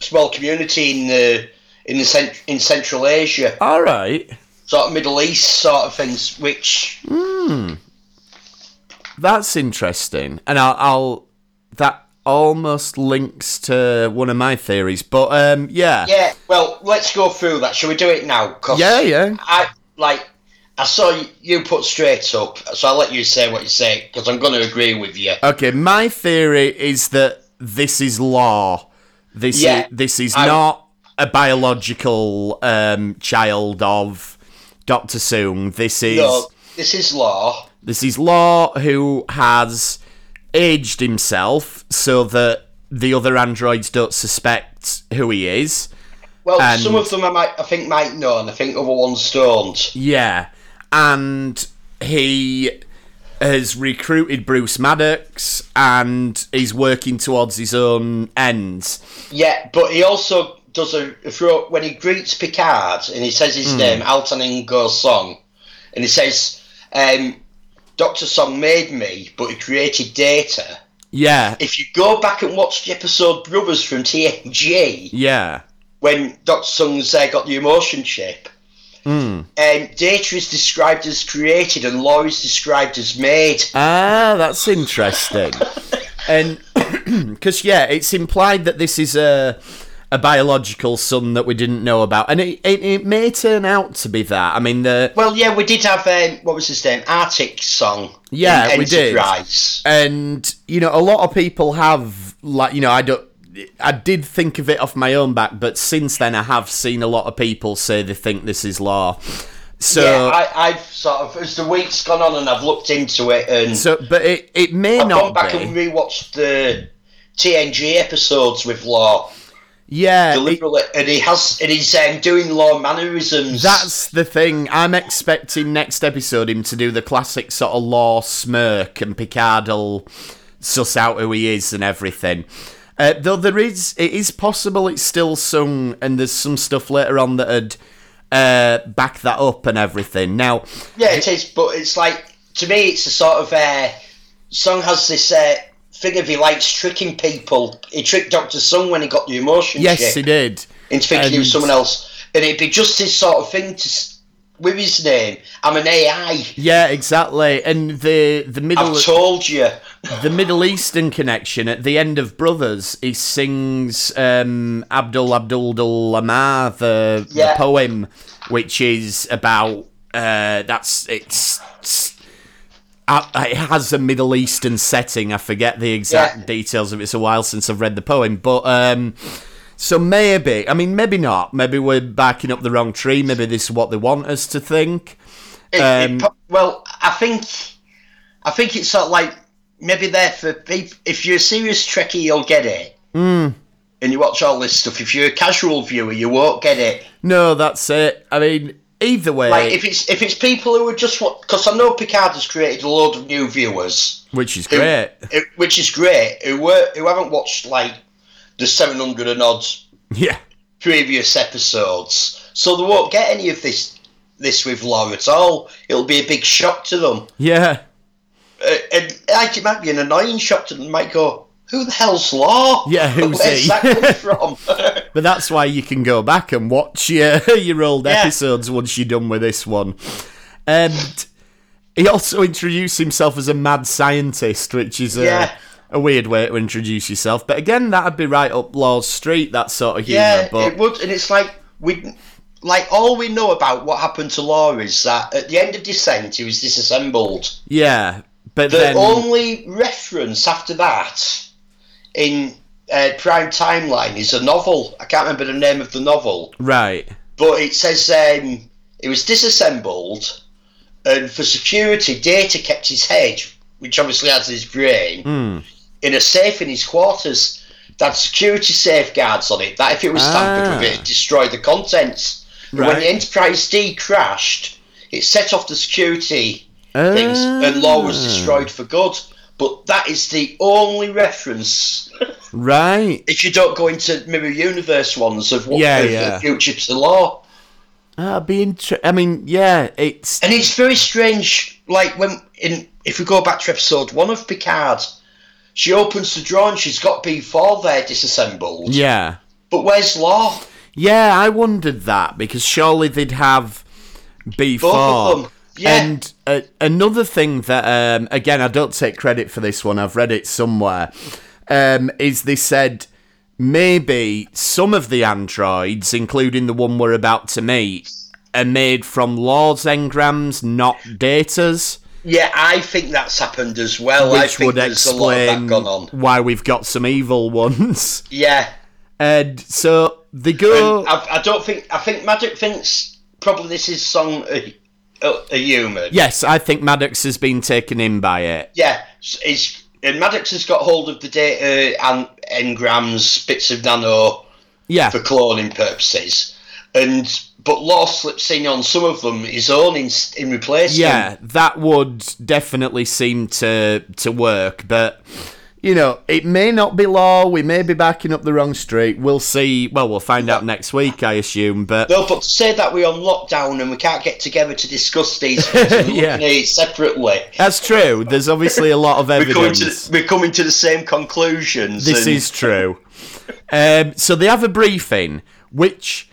C: small community in the in the cent- in Central Asia,
B: All right.
C: sort of Middle East sort of things, which
B: That's interesting. And I'll, I'll that almost links to one of my theories, but um yeah.
C: yeah. Well, let's go through that. Shall we do it now? 'Cause
B: Yeah, yeah.
C: I like. I saw y- you put straight up, so I'll let you say what you say because I'm going to agree with you.
B: Okay, my theory is that this is law. This
C: Yeah.
B: is, this is
C: I-
B: not a biological um child of Dr. Soong. This is
C: No, this is law.
B: This is Law, who has aged himself so that the other androids don't suspect who he is.
C: Well,
B: And-
C: some of them I might, I think might know, and I think other ones don't.
B: Yeah. And he has recruited Bruce Maddox and is working towards his own ends.
C: Yeah, but he also does a a throw when he greets Picard and he says
B: Hmm.
C: his name, Alton Ingo Song, and he says, um, "Doctor Song made me, but he created data."
B: Yeah.
C: If you go back and watch the episode Brothers from TNG,
B: Yeah.
C: when Doctor Song's uh, got the emotion chip,
B: Hmm.
C: um, data is described as created and Law is described as made.
B: Ah, that's interesting. and because yeah, it's implied that this is a a biological son that we didn't know about, and it it, it may turn out to be that. I mean, the
C: Well, yeah, we did have um, what was his name, Arctic Song.
B: Yeah,
C: in
B: we did.
C: Enterprise.
B: and you know a lot of people have like you know I don't. I did think of it off my own back, but since then I have seen a lot of people say they think this is law. So,
C: yeah, I, I've sort of as the week's gone on and I've looked into it and
B: so, but it, it may
C: I've gone
B: not
C: back
B: be.
C: and rewatched the TNG episodes with Law
B: yeah, it-
C: deliberately, and he has and he's um, doing Law mannerisms.
B: That's the thing. I'm expecting next episode him to do the classic sort of law smirk and Picard'll suss out who he is and everything. Uh, though there is, it is possible it's still sung, and there's some stuff later on that had uh, back that up and everything. Now,
C: yeah, it is, but it's like to me, it's a sort of uh, Song has this uh, thing of he likes tricking people. He tricked Doctor Sung when he got the emotion.
B: yes,
C: chip.
B: he did.
C: into thinking he
B: And-
C: was someone else, and it'd be just this sort of thing to s- with his name. I'm an AI.
B: Yeah, exactly. And the the middle
C: I've told you.
B: the Middle Eastern connection at the end of Brothers, he sings um, Abdul Abdul Lamar the, the
C: Yeah.
B: poem, which is about uh, that's it's. it's- uh, it has a Middle Eastern setting. I forget the exact
C: Yeah.
B: details of it. It's a while since I've read the poem, but um, so maybe I mean maybe not. Maybe we're backing up the wrong tree. Maybe this is what they want us to think.
C: It- it
B: Um,
C: po- well, I think, I think it's sort of like maybe there for people. If you're a serious Trekkie, you'll get it. And you watch all this stuff. If you're a casual viewer, you won't get it.
B: No, that's it. I mean, either way,
C: Like if it's if it's people who are just because I know Picard has created a load of new viewers.
B: which is
C: who-
B: great.
C: it- which is great. Who were who haven't watched like the seven hundred and odd
B: Yeah.
C: previous episodes, so they won't get any of this this with Law at all. It'll be a big shock to them.
B: Yeah.
C: Uh, and like, it might be an annoying shock to them. They might go, who the hell's Law?
B: Yeah, who's
C: Where's
B: he?"
C: that come from?
B: But that's why you can go back and watch your your old
C: Yeah.
B: episodes once you're done with this one. And he also introduced himself as a mad scientist, which is a,
C: Yeah.
B: a weird way to introduce yourself. But again, that'd be right up Law's street, that sort of humour.
C: Yeah,
B: but
C: it would, and it's like we, like all we know about what happened to Law is that at the end of Descent he was disassembled.
B: yeah, but
C: The
B: then
C: only reference after that in uh, Prime Timeline is a novel. I can't remember the name of the novel,
B: right,
C: but it says um, it was disassembled, and for security, Data kept his head, which obviously has his brain,
B: Hmm.
C: in a safe in his quarters. That security safeguards on it. That if it was tampered
B: Ah.
C: with, it would destroy the contents. And When
B: Right.
C: the Enterprise D crashed, it set off the security things,
B: Ah.
C: and Law was destroyed for good. But that is the only reference
B: right.
C: if you don't go into mirror universe ones of what
B: Yeah,
C: of
B: yeah.
C: the future to Law.
B: That'd Ah, be inter- I mean, yeah, it's
C: And it's very strange, like when in if we go back to episode one of Picard, she opens the drawer and she's got B four there disassembled.
B: yeah.
C: But where's Law?
B: Yeah, I wondered that because surely they'd have B4.
C: Both of them. Yeah.
B: And uh, another thing that, um, again, I don't take credit for this one, I've read it somewhere, um, is they said maybe some of the androids, including the one we're about to meet, are made from Law's engrams, not Data's,
C: Yeah, I think that's happened as well. I
B: which would
C: think there's a lot of
B: explain
C: that gone on.
B: why we've got some evil ones.
C: Yeah.
B: and so they
C: And
B: go.
C: I, I don't think I think Maddox thinks probably this is song a, a, a human.
B: Yes, I think Maddox has been taken in by it.
C: Yeah, s- it's and Maddox has got hold of the data and engrams, bits of nano.
B: Yeah,
C: for cloning purposes. And but Law slips in on some of them his own in, in replacement.
B: yeah, that would definitely seem to to work, but you know, it may not be law. We may be backing up the wrong street. We'll see. Well, we'll find out next week, I assume. But
C: No, but to say that we're on lockdown and we can't get together to discuss these things, we're
B: Yeah.
C: looking at it separately.
B: that's true. There's obviously a lot of
C: We're coming, to
B: evidence.
C: the, we're coming to the same conclusions.
B: This
C: and-
B: is true. Um, so they have a briefing, which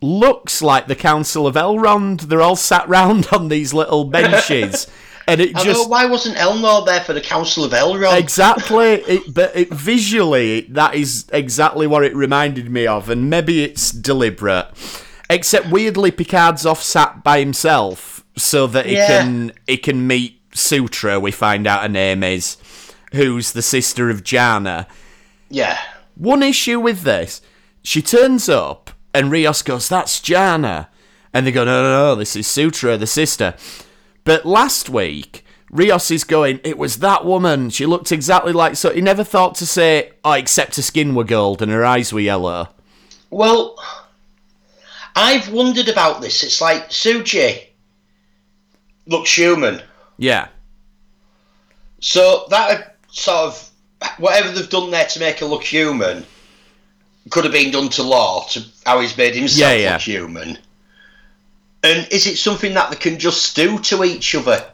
B: looks like the Council of Elrond. They're all sat round on these little benches, and it
C: I
B: just
C: know, why wasn't Elnor there for the Council of Elrond?
B: Exactly, it, but it, visually that is exactly what it reminded me of, and maybe it's deliberate. Except weirdly, Picard's off sat by himself so that he
C: Yeah.
B: can he can meet Sutra. We find out her name is, who's the sister of Jana.
C: yeah.
B: One issue with this, she turns up and Rios goes, "That's Jana," and they go, "No, no, no, this is Sutra, the sister." But last week, Rios is going, "It was that woman. She looked exactly like." So he never thought to say, "Oh, except her skin were gold and her eyes were yellow."
C: Well, I've wondered about this. It's like Suji looks human.
B: Yeah,
C: So that sort of whatever they've done there to make her look human could have been done to Law to how he's made himself
B: Yeah, yeah.
C: look human. And is it something that they can just do to each other?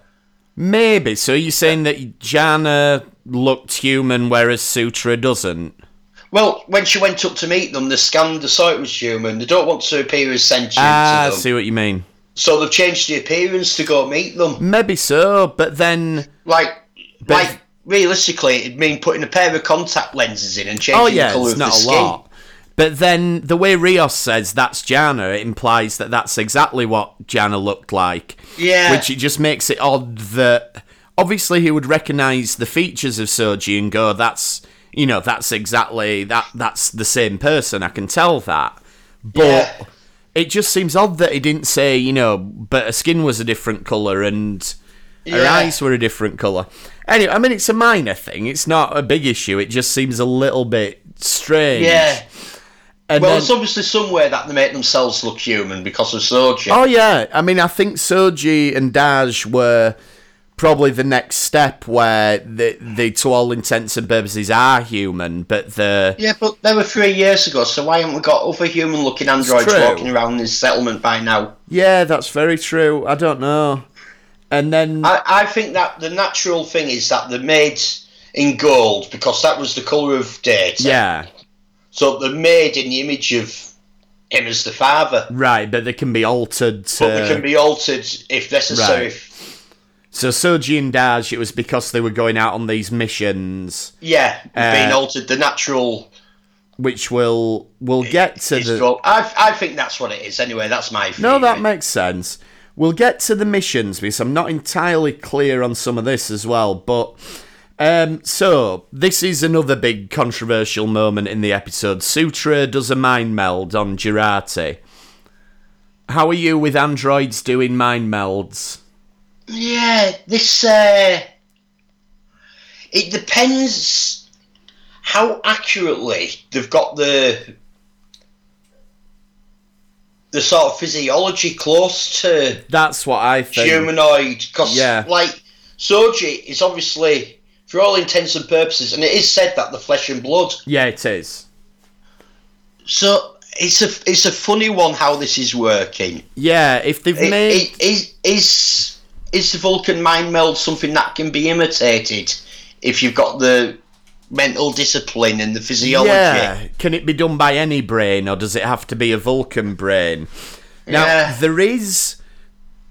B: maybe. So you're saying that Jana looked human, whereas Sutra doesn't?
C: Well, when she went up to meet them, they scanned the site was human. They don't want to appear as sentient
B: Ah, I
C: to them,
B: see what you mean.
C: so they've changed the appearance to go meet them.
B: Maybe so, but then.
C: Like, like realistically, it'd mean putting a pair of contact lenses in and changing
B: Oh yeah,
C: the colour
B: it's
C: of the
B: not a
C: skin.
B: lot. But then the way Rios says that's Jana, it implies that that's exactly what Jana looked like.
C: Yeah.
B: Which it just makes it odd that obviously he would recognise the features of Soji and go, that's you know, that's exactly that that's the same person, I can tell that. But
C: Yeah.
B: it just seems odd that he didn't say, you know, but her skin was a different colour and her
C: Yeah.
B: eyes were a different colour. Anyway, I mean, it's a minor thing. It's not a big issue. It just seems a little bit strange.
C: Yeah.
B: And
C: Well,
B: then-
C: it's obviously somewhere that they make themselves look human because of Soji.
B: oh, yeah. I mean, I think Soji and Daj were probably the next step where the they to all intents and purposes are human, but the
C: Yeah, but they were three years ago, so why haven't we got other human looking androids
B: true.
C: walking around this settlement by now?
B: yeah, that's very true. I don't know. And then
C: I, I think that the natural thing is that they made in gold because that was the colour of data.
B: yeah,
C: So they made in the image of him as the father.
B: right, but they can be altered to.
C: But they can be altered if necessary.
B: Right. So Soji and Daj, it was because they were going out on these missions,
C: Yeah,
B: Uh,
C: being altered, the natural
B: which we'll we'll get to
C: is
B: the.
C: gold. I, I think that's what it is anyway. That's my
B: No,
C: theory.
B: that makes sense. We'll get to the missions because I'm not entirely clear on some of this as well. But um, so this is another big controversial moment in the episode. Sutra does a mind meld on Girati. How are you with androids doing mind melds?
C: Yeah, this. Uh, it depends how accurately they've got the the sort of physiology close to
B: That's what I think.
C: humanoid. Because
B: Yeah.
C: like Soji is obviously, for all intents and purposes, and it is said that the flesh and blood.
B: Yeah, it is.
C: So it's a it's a funny one how this is working.
B: Yeah, if they've
C: I-
B: made
C: i- is is is the Vulcan mind meld something that can be imitated if you've got the mental discipline and the physiology?
B: Yeah. Can it be done by any brain, or does it have to be a Vulcan brain? Now
C: Yeah.
B: there is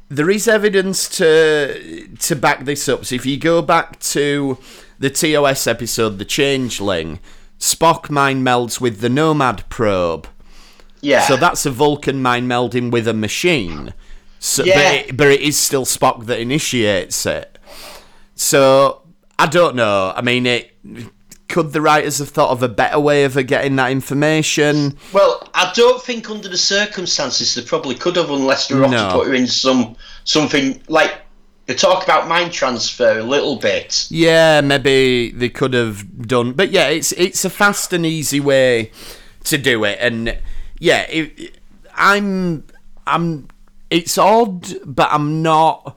B: there is evidence to to back this up. So if you go back to the TOS episode, the Changeling, Spock mind melds with the Nomad probe.
C: Yeah.
B: So that's a Vulcan mind melding with a machine. So,
C: Yeah.
B: but, it, but it is still Spock that initiates it. So I don't know. I mean, it could the writers have thought of a better way of getting that information?
C: well, I don't think under the circumstances they probably could have unless they were
B: No.
C: to put her in some something like they talk about mind transfer a little bit.
B: Yeah, maybe they could have done. But yeah, it's it's a fast and easy way to do it, and yeah, it, I'm I'm. It's odd, but I'm not.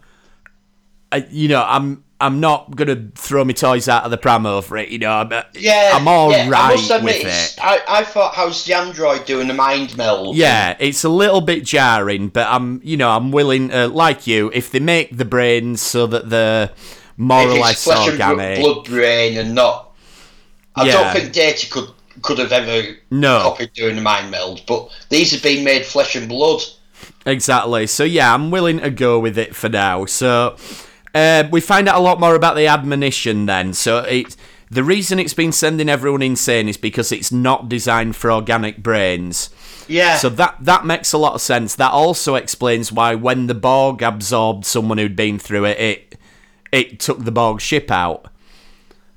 B: I, you know, I'm I'm not gonna throw my toys out of the pram over it. You know, I'm, uh,
C: Yeah,
B: I'm all right
C: yeah, I must admit,
B: with
C: it's-
B: it.
C: I, I thought how's the android doing the mind meld?
B: Yeah, it's a little bit jarring, but I'm you know I'm willing uh, like you if they make the brains so that they're more
C: if
B: or
C: it's
B: less
C: flesh and bro-
B: organic.
C: blood brain and not. I
B: Yeah.
C: don't think Data could could have ever
B: No.
C: copied doing the mind meld, but these have been made flesh and blood.
B: Exactly. So yeah, I'm willing to go with it for now. So uh, we find out a lot more about the admonition then. So it the reason it's been sending everyone insane is because it's not designed for organic brains.
C: Yeah.
B: So that that makes a lot of sense. That also explains why when the Borg absorbed someone who'd been through it, it it took the Borg ship out.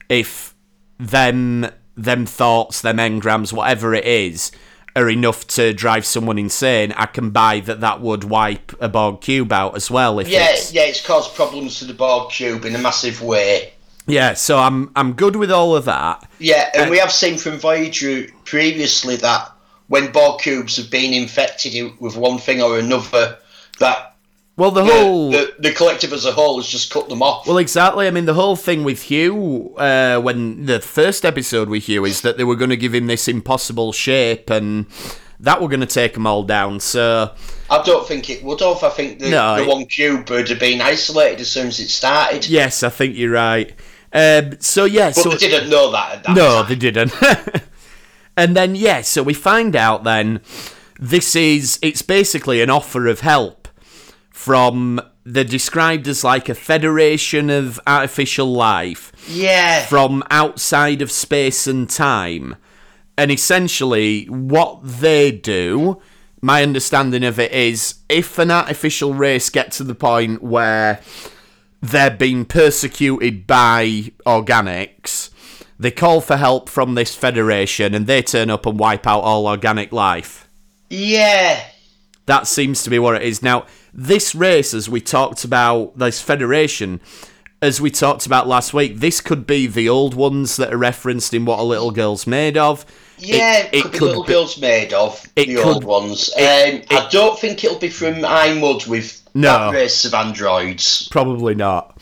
B: If them them thoughts, them engrams, whatever it is, are enough to drive someone insane, I can buy that that would wipe a Borg cube out as well. If
C: yeah,
B: it's,
C: yeah, it's caused problems to the Borg cube in a massive way.
B: yeah. So I'm I'm good with all of that.
C: Yeah, and we have seen from Voyager previously that when Borg cubes have been infected with one thing or another, that
B: Well, the whole
C: the, the collective as a whole has just cut them off.
B: Well, exactly. I mean, the whole thing with Hugh, uh, when the first episode with Hugh, is that they were going to give him this impossible shape and that were going to take them all down. So,
C: I don't think it would have. I think the,
B: No,
C: the
B: it-
C: one cube would have been isolated as soon as it started.
B: yes, I think you're right. Um, so, yeah.
C: But
B: so,
C: they didn't know that at that
B: No,
C: time.
B: they didn't. and then yeah, so we find out then this is it's basically an offer of help from they're described as like a federation of artificial life
C: Yeah.
B: from outside of space and time. And essentially what they do, my understanding of it is if an artificial race gets to the point where they're being persecuted by organics. They call for help from this federation and they turn up and wipe out all organic life.
C: yeah.
B: That seems to be what it is. Now, this race, as we talked about, this federation, as we talked about last week, this could be the old ones that are referenced in What a Little Girl's Made of.
C: Yeah, it, could, be little
B: be-
C: girls made of
B: it
C: the
B: could-
C: old ones. um, I don't think it'll be from iMud with
B: No.
C: that race of androids.
B: Probably not.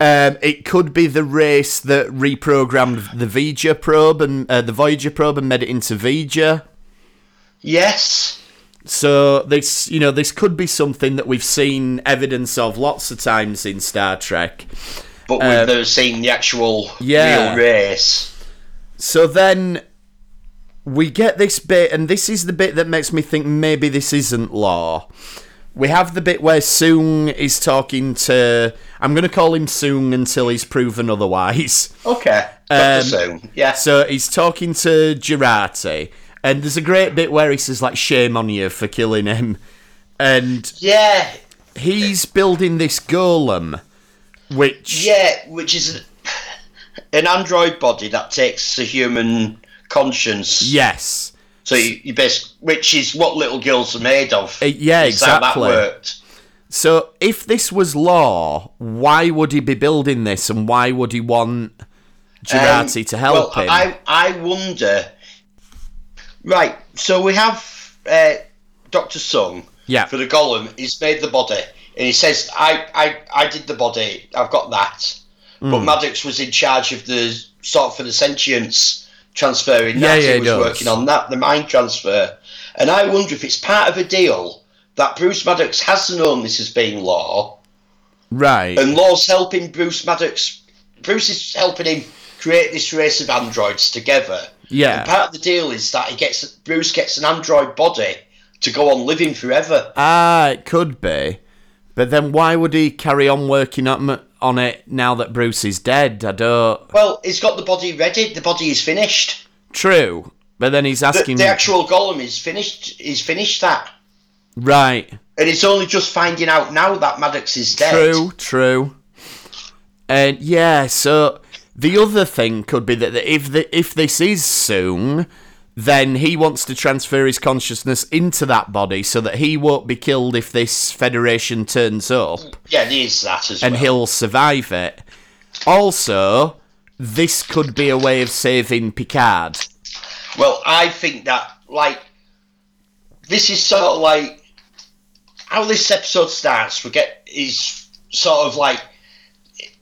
B: Um, it could be the race that reprogrammed the Vija probe and uh, the Voyager probe and made it into Vija.
C: Yes.
B: So this, you know, this could be something that we've seen evidence of lots of times in Star Trek.
C: But we've never seen the actual
B: Um, yeah.
C: real race.
B: So then we get this bit, and this is the bit that makes me think maybe this isn't law. We have the bit where Soong is talking to. I'm going to call him Soong until he's proven otherwise.
C: Okay.
B: Um,
C: Dr. Soon. Yeah.
B: So he's talking to Girardi, and there's a great bit where he says, like, shame on you for killing him. And
C: yeah.
B: he's building this golem, which.
C: Yeah, which is an android body that takes a human conscience.
B: Yes.
C: So you, you bas which is what little girls are made of.
B: Uh, yeah,
C: It's how
B: exactly.
C: that worked.
B: So, if this was law, why would he be building this, and why would he want Girardi
C: Um,
B: to help
C: well,
B: him?
C: I I wonder. Right, so we have uh, Doctor Sung.
B: Yeah.
C: For the golem, he's made the body, and he says, "I I I did the body. I've got that."
B: Hmm.
C: But Maddox was in charge of the sort for the sentience transferring.
B: Yeah, yeah,
C: that. he
B: he
C: was
B: does.
C: working on that, the mind transfer. And I wonder if it's part of a deal that Bruce Maddox has known this as being law,
B: right.
C: and Law's helping Bruce Maddox. Bruce is helping him create this race of androids together.
B: Yeah.
C: And part of the deal is that he gets Bruce gets an android body to go on living forever.
B: ah, it could be. But then why would he carry on working on, on it now that Bruce is dead? I don't.
C: Well, he's got the body ready. The body is finished.
B: True. But then he's
C: The,
B: asking.
C: the actual golem is finished. Is finished that,
B: right.
C: and it's only just finding out now that Maddox is dead.
B: True, true. And yeah, so the other thing could be that if the, if this is soon, then he wants to transfer his consciousness into that body so that he won't be killed if this Federation turns up
C: Yeah, there is that as
B: and
C: well.
B: he'll survive it. Also, this could be a way of saving Picard.
C: Well, I think that like this is sort of like how this episode starts. We get is sort of like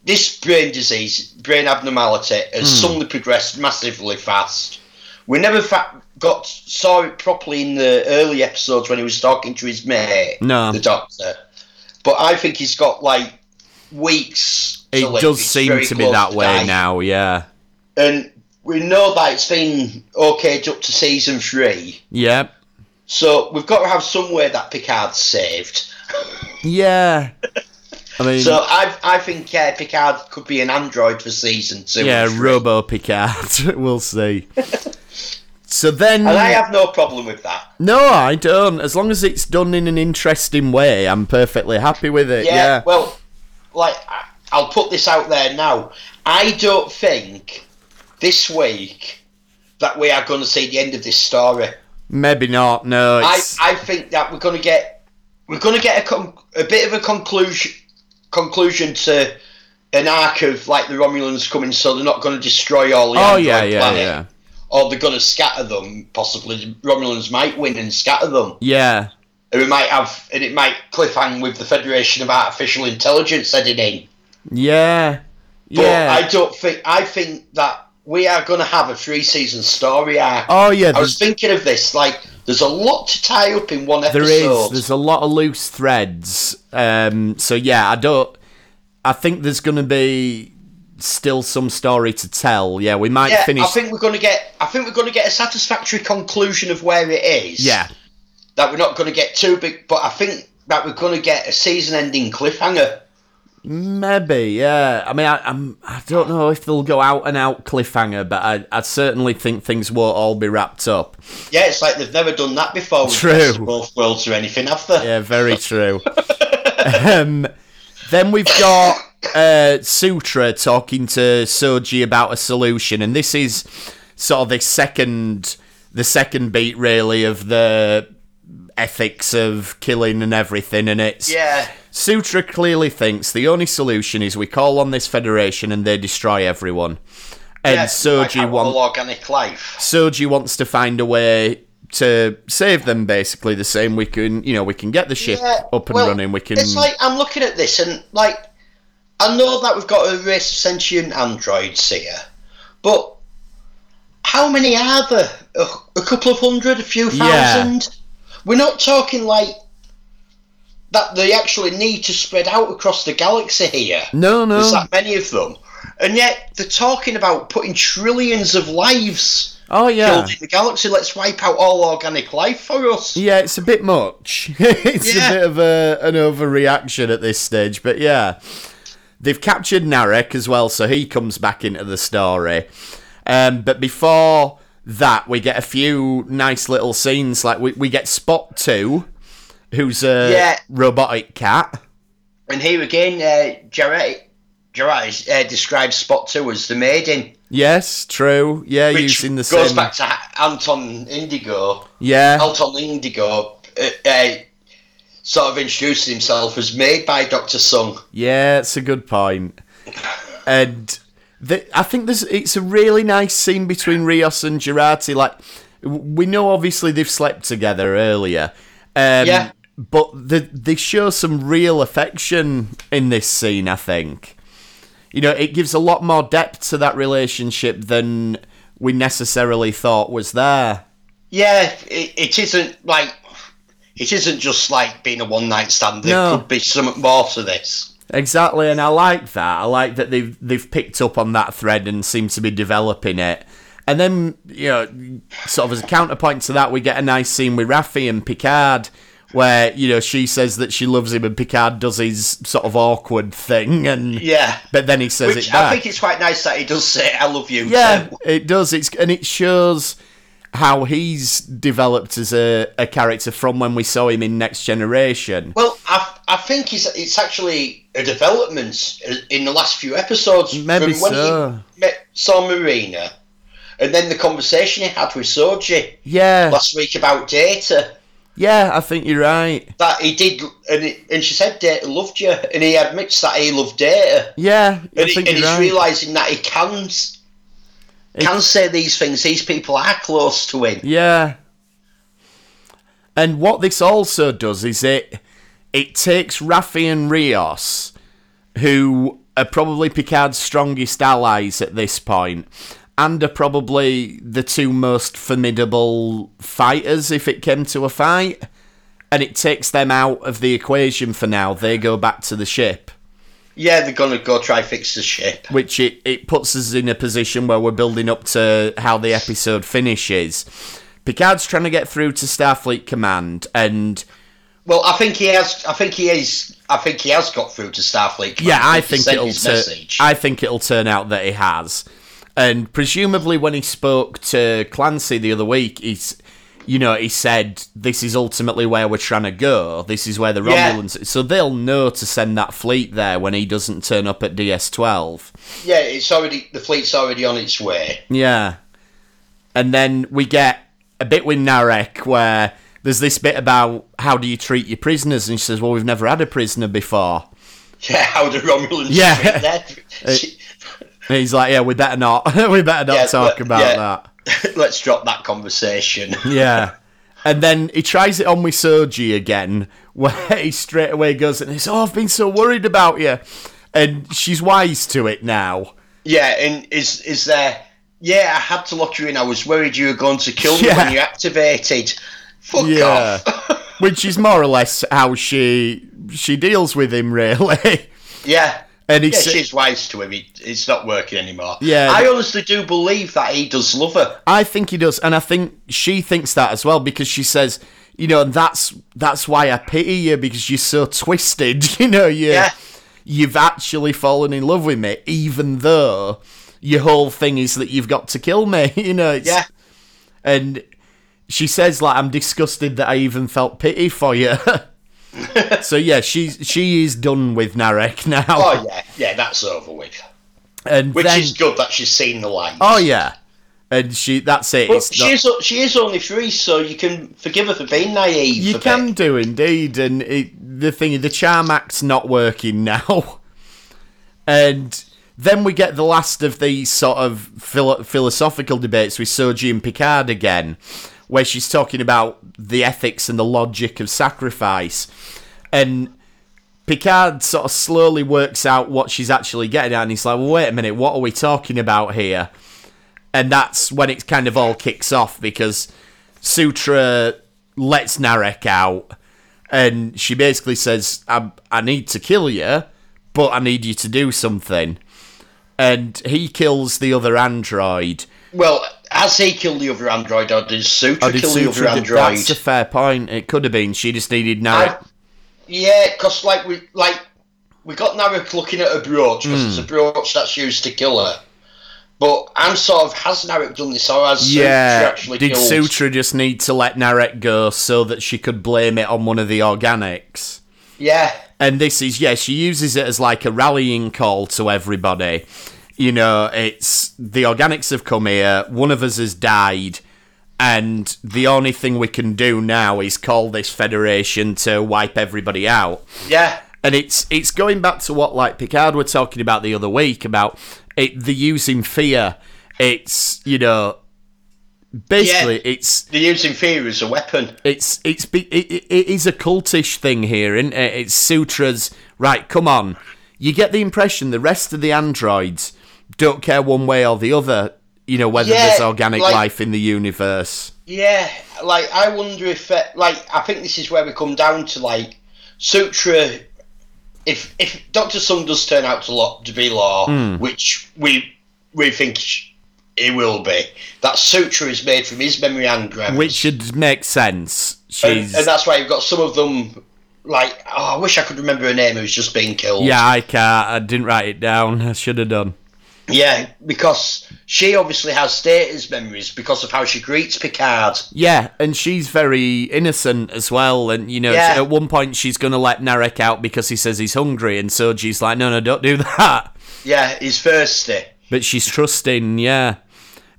C: this brain disease, brain abnormality has
B: Hmm.
C: suddenly progressed massively fast. We never fa- got saw it properly in the early episodes when he was talking to his mate,
B: No.
C: the doctor. But I think he's got like weeks.
B: It
C: till
B: does
C: he's
B: seem
C: very
B: to be
C: close
B: that way
C: dying
B: now, yeah.
C: and we know that it's been okayed up to season three.
B: Yep.
C: So we've got to have some way that Picard's saved.
B: Yeah. I mean,
C: So I I think uh, Picard could be an android for season two.
B: Yeah,
C: and three.
B: Robo Picard. we'll see. so then,
C: And I have no problem with that.
B: no, I don't. As long as it's done in an interesting way, I'm perfectly happy with it.
C: Yeah.
B: Yeah,
C: Well, like I- I'll put this out there now. I don't think this week that we are going to see the end of this story.
B: maybe not. No,
C: I,
B: it's,
C: I think that we're going to get we're going to get a, con- a bit of a conclusion conclusion to an arc of like the Romulans coming, so they're not going to destroy all the
B: oh
C: Android
B: yeah, yeah,
C: planet,
B: yeah,
C: or they're going to scatter them. Possibly the Romulans might win and scatter them,
B: yeah.
C: and we might have and it might cliffhang with the Federation of Artificial Intelligence heading in.
B: Yeah,
C: But
B: yeah.
C: I don't think I think that we are going to have a three season story arc.
B: oh yeah,
C: I
B: there's,
C: was thinking of this like. There's a lot to tie up in one episode.
B: there is. There's a lot of loose threads. Um, so yeah, I don't. I think there's going to be still some story to tell. Yeah, we might
C: yeah,
B: finish.
C: I think we're gonna get. I think we're gonna get a satisfactory conclusion of where it is.
B: yeah,
C: that we're not gonna get too big, but I think that we're gonna get a season-ending cliffhanger.
B: Maybe, yeah. I mean, I, I'm, I don't know if they'll go out and out cliffhanger, but I, I certainly think things won't all be wrapped up.
C: Yeah, it's like they've never done that before. with
B: True.
C: Best of Both worlds or anything, have they?
B: Yeah, very true. um, then we've got uh, Sutra talking to Soji about a solution, and this is sort of the second, the second beat really of the ethics of killing and everything, and it's
C: Yeah.
B: Sutra clearly thinks the only solution is we call on this federation and they destroy everyone. And
C: yeah, like
B: Soji
C: our
B: wants
C: whole organic life.
B: Soji wants to find a way to save them basically the same we can you know, we can get the ship
C: Yeah,
B: up and
C: well,
B: running, we can
C: It's like I'm looking at this and like I know that we've got a race of sentient androids here, but how many are there? A, a couple of hundred, a few
B: Yeah.
C: thousand? We're not talking like that they actually need to spread out across the galaxy here.
B: No, no.
C: There's that many of them. And yet they're talking about putting trillions of lives
B: oh yeah.
C: in the galaxy. Let's wipe out all organic life for us.
B: Yeah, it's a bit much. it's
C: Yeah.
B: a bit of a, an overreaction at this stage, but yeah. They've captured Narek as well, so he comes back into the story. Um, but before that, we get a few nice little scenes. Like, we, we get Spot 2, who's a
C: Yeah.
B: robotic cat.
C: And here again, uh, Jarrett, Jarrett uh, describes Spot 2 as the maiden.
B: Yes, true. Yeah,
C: Which
B: using the
C: goes
B: same.
C: back to Ha- Anton Indigo.
B: yeah.
C: Anton Indigo uh, uh, sort of introduced himself as made by Dr. Sung.
B: Yeah, it's a good point. And the, I think there's it's a really nice scene between Rios and Girardi. Like w- we know, obviously they've slept together earlier. Um,
C: Yeah.
B: But the, they show some real affection in this scene. I think you know it gives a lot more depth to that relationship than we necessarily thought was there.
C: Yeah, it, it isn't like. It isn't just like being a one night stand. There
B: No.
C: could be something more to this.
B: Exactly, and I like that. I like that they've they've picked up on that thread and seem to be developing it. And then you know, sort of as a counterpoint to that, we get a nice scene with Raffi and Picard, where you know she says that she loves him and Picard does his sort of awkward thing, and
C: Yeah.
B: but then he says
C: Which
B: it
C: I
B: back.
C: think it's quite nice that he does say, I love you.
B: yeah,
C: too.
B: it does. It's and it shows how he's developed as a, a character from when we saw him in Next Generation.
C: Well, I, I think it's, it's actually a development in the last few episodes.
B: Maybe
C: from when
B: so.
C: he met saw Marina, and then the conversation he had with Soji
B: Yeah,
C: last week about data.
B: yeah, I think you're right.
C: That he did, and, he, and she said data loved you, and he admits that he loved data,
B: Yeah, I
C: and, he,
B: think
C: and he's
B: you're right.
C: realizing that he can s- can say these things. These people are close to him.
B: Yeah. And what this also does is it it takes Raffi and Rios, who are probably Picard's strongest allies at this point, and are probably the two most formidable fighters if it came to a fight. And it takes them out of the equation for now. They go back to the ship
C: Yeah, they're gonna go try fix the ship.
B: which it, it puts us in a position where we're building up to how the episode finishes. Picard's trying to get through to Starfleet Command, and
C: Well, I think he has. I think he is. I think he has got through to Starfleet.
B: yeah, I
C: He
B: think
C: sent
B: it'll
C: his
B: tur-
C: message.
B: I think it'll turn out that he has. And presumably, when he spoke to Clancy the other week, he's you know he said this is ultimately where we're trying to go. This is where the
C: Yeah.
B: Romulans. So they'll know to send that fleet there when he doesn't turn up at DS twelve.
C: yeah, it's already the fleet's already on its way.
B: Yeah. And then we get a bit with Narek where there's this bit about how do you treat your prisoners, and she says, "Well, we've never had a prisoner before."
C: Yeah, how the Romulans?
B: Yeah.
C: treat their-
B: And he's like, "Yeah, we better not. we better not
C: Yeah,
B: talk
C: but-
B: about
C: yeah.
B: that."
C: Let's drop that conversation.
B: Yeah. And then he tries it on with Soji again, where he straight away goes and he says, "Oh, I've been so worried about you," and she's wise to it now.
C: Yeah, and is is there? Yeah, I had to lock you in. I was worried you were going to kill me
B: Yeah.
C: when you activated. Fuck
B: Yeah.
C: off.
B: Which is more or less how she she deals with him, really.
C: yeah.
B: And he
C: Yeah,
B: sa-
C: she's wise to him. It, it's not working anymore.
B: Yeah,
C: I
B: but-
C: honestly do believe that he does love her.
B: I think he does, and I think she thinks that as well because she says, you know, that's that's why I pity you because you're so twisted. You know, you
C: Yeah.
B: you've actually fallen in love with me, even though your whole thing is that you've got to kill me. You know, it's,
C: Yeah.
B: And she says, like, I'm disgusted that I even felt pity for you. so yeah, she's she is done with Narek now,
C: Oh yeah, yeah, that's over with.
B: and
C: Which
B: then
C: is good that she's seen the light.
B: oh yeah, and she that's it.
C: But
B: it's not-
C: she is o- she is only three, so you can forgive her for being naive.
B: You
C: a
B: can
C: bit.
B: do indeed, and it, the thing is, the charm act's not working now, and then we get the last of these sort of philo- philosophical debates with Soji and Picard again, where she's talking about the ethics and the logic of sacrifice, and Picard sort of slowly works out what she's actually getting at, and he's like, well, wait a minute, what are we talking about here? And that's when it kind of all kicks off because Sutra lets Narek out, and she basically says, I, I need to kill you, but I need you to do something. And he kills the other android.
C: Well, has he killed the other android, or did Sutra
B: Or Oh, did
C: kill
B: Sutra
C: the other
B: do-
C: android?
B: That's a fair point. It could have been. She just needed Narek.
C: I- yeah, because like we like we got Narek looking at a brooch because
B: Hmm.
C: it's a brooch that's used to kill her. But I'm sort of has Narek done this or has Sutra
B: yeah.
C: actually
B: Did
C: killed?
B: Sutra just need to let Narek go so that she could blame it on one of the organics?
C: Yeah,
B: And this is, yeah, she uses it as like a rallying call to everybody. You know, it's the organics have come here, one of us has died, and the only thing we can do now is call this federation to wipe everybody out.
C: yeah,
B: and it's it's going back to what like Picard were talking about the other week about it, the using fear. It's you know basically
C: Yeah.
B: it's
C: they're using fear as a weapon.
B: it's it's be, it, it- it is a cultish thing here, isn't it? It's sutras. Right, come on. You get the impression the rest of the androids don't care one way or the other. You know whether
C: Yeah,
B: there's organic
C: like-
B: life in the universe.
C: Yeah, like I wonder if uh, like I think this is where we come down to like Sutra. If if Doctor Sun does turn out to, lo- to be law,
B: Hmm.
C: which we we think sh- he will be, that Sutra is made from his memory and grams.
B: Which should make sense.
C: and,
B: She's
C: and that's why you've got some of them. Like oh, I wish I could remember her name who's just been killed.
B: yeah, I can't. I didn't write it down. I should have done.
C: yeah, because she obviously has status memories because of how she greets Picard.
B: Yeah, and she's very innocent as well. And you know,
C: Yeah.
B: at one point she's going to let Narek out because he says he's hungry, and Soji's like, "No, no, don't do that."
C: Yeah, he's thirsty.
B: But she's trusting, yeah.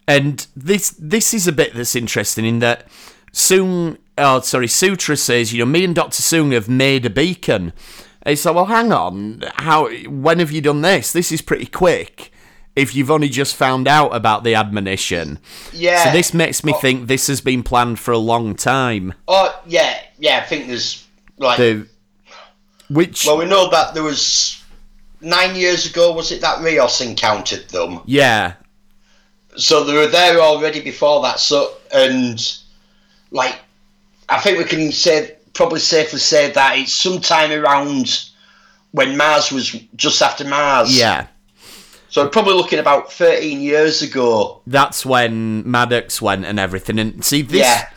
B: And this this is a bit that's interesting in that Soon, oh sorry, Sutra says, you know, me and Doctor Soon have made a beacon. And it's like, well, hang on, how? When have you done this? This is pretty quick. If you've only just found out about the admonition,
C: Yeah.
B: so this makes me think this has been planned for a long time.
C: Oh yeah, yeah. I think there's like.
B: the which
C: well, we know that there was nine years ago. Was it that Rios encountered them?
B: yeah
C: So they were there already before that. So and like, I think we can say probably safely say that it's sometime around when Mars was just after Mars.
B: yeah
C: So we're probably looking about thirteen years ago.
B: that's when maddox went and everything and see this
C: yeah.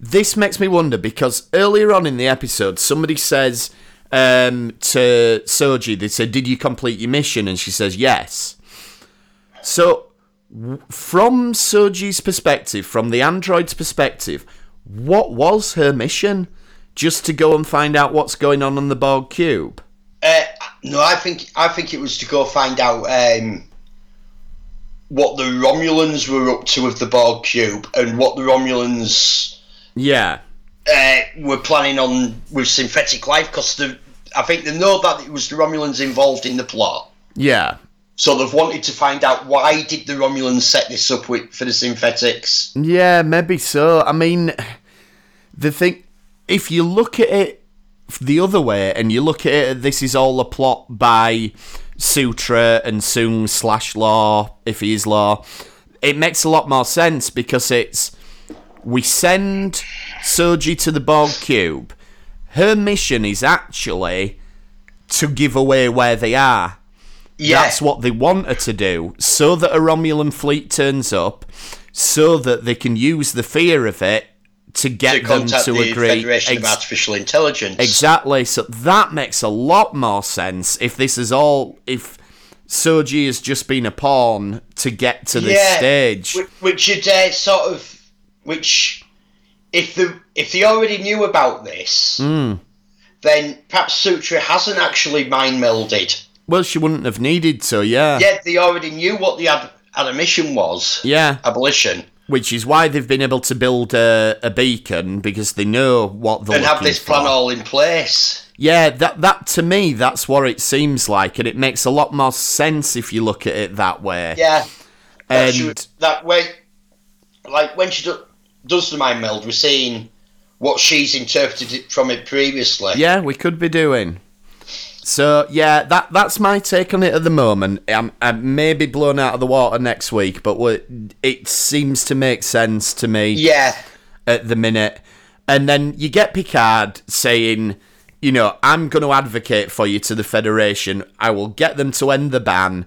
B: this makes me wonder because earlier on in the episode somebody says um, to soji they say did you complete your mission and she says yes so w- from soji's perspective from the android's perspective what was her mission just to go and find out what's going on on the borg cube
C: Uh, no, I think I think it was to go find out um, what the Romulans were up to with the Borg cube and what the Romulans
B: yeah
C: uh, were planning on with synthetic life. Because I think they know that it was the Romulans involved in the plot,
B: yeah
C: so they've wanted to find out why did the Romulans set this up with, for the synthetics.
B: Yeah, maybe so. I mean, the thing, if you look at it the other way, and you look at it, this is all a plot by Sutra and Soong slash Law, if he is Law. It makes a lot more sense because it's we send Soji to the Borg cube. Her mission is actually to give away where they are.
C: Yeah,
B: That's what they want her to do, so that a Romulan fleet turns up, so that they can use the fear of it to
C: to
B: get them
C: contact
B: to
C: the
B: agree.
C: Federation of
B: Ex-
C: Artificial Intelligence.
B: exactly. So that makes a lot more sense if this is all if Soji has just been a pawn to get to this
C: Yeah.
B: stage.
C: Wh- which you'd uh, sort of which if the if they already knew about this
B: Hmm.
C: then perhaps sutra hasn't actually mind melded
B: Well, she wouldn't have needed to, yeah.
C: yet they already knew what the ab- admission was
B: Yeah.
C: abolition
B: Which is why they've been able to build a, a beacon because they know what they're
C: and have
B: Oh, looking
C: this plan
B: for.
C: all in place
B: Yeah, that that to me, that's what it seems like, and it makes a lot more sense if you look at it that way.
C: yeah that, she-
B: and
C: that way like when she do, does the mind meld we're seeing what she's interpreted it from it previously
B: yeah, we could be doing. So yeah, that that's my take on it at the moment. I'm, I may be blown out of the water next week, but we- it seems to make sense to me
C: Yeah.
B: at the minute. And then you get Picard saying, you know, I'm going to advocate for you to the Federation. I will get them to end the ban.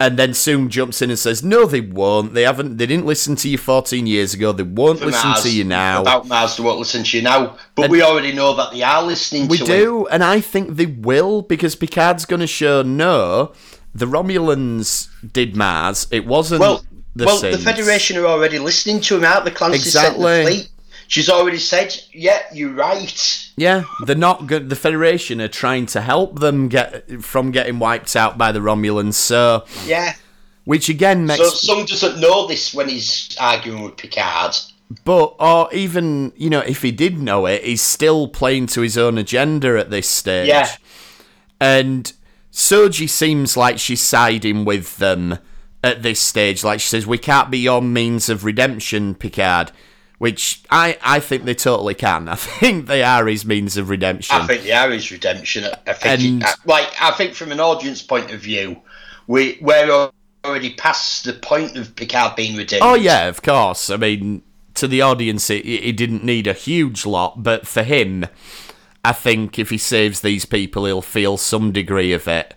B: And then soon jumps in and says, no, they won't. They haven't. They didn't listen to you 14 years ago. They won't listen
C: Mars,
B: to you now.
C: About Mars, they won't listen to you now. But we already know that they are listening
B: We
C: to it.
B: do, and I think they will because Picard's going to show no. The Romulans did Mars. It wasn't
C: Well,
B: the
C: well, the
B: Siths.
C: Federation are already listening to him out. The Clancy
B: Exactly.
C: sent the fleet. She's already said, yeah, you're right.
B: Yeah, they're not good. The Federation are trying to help them get from getting wiped out by the Romulans. So,
C: Yeah.
B: which again makes,
C: So Sung doesn't know this when he's arguing with Picard.
B: but or even you know, if he did know it, he's still playing to his own agenda at this stage.
C: Yeah.
B: and Soji seems like she's siding with them at this stage. Like she says, "We can't be your means of redemption, Picard." Which I, I think they totally can. I think they are his means of redemption.
C: I think they are his redemption. I think,
B: And-
C: it- like, I think from an audience point of view, we we're already past the point of Picard being redeemed.
B: Oh yeah, of course. I mean, to the audience, it, it didn't need a huge lot, but for him, I think if he saves these people, he'll feel some degree of it.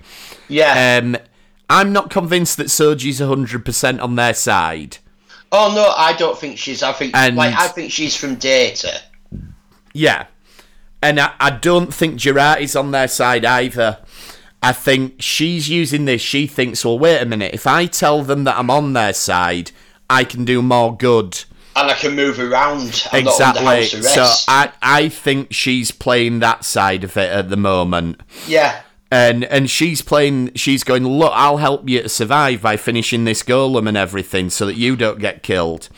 C: yeah.
B: Um, I'm not convinced that Soji's 100% on their side.
C: oh no, I don't think she's. I think
B: and-
C: like I think she's from Data.
B: Yeah. And I, I don't think Girardi's on their side either. I think she's using this. She thinks, well, wait a minute. If I tell them that I'm on their side, I can do more good.
C: and I can move around. I'm not under
B: exactly.
C: house arrest.
B: So I I think she's playing that side of it at the moment.
C: yeah,
B: And and she's playing she's going, Look, I'll help you to survive by finishing this golem and everything so that you don't get killed.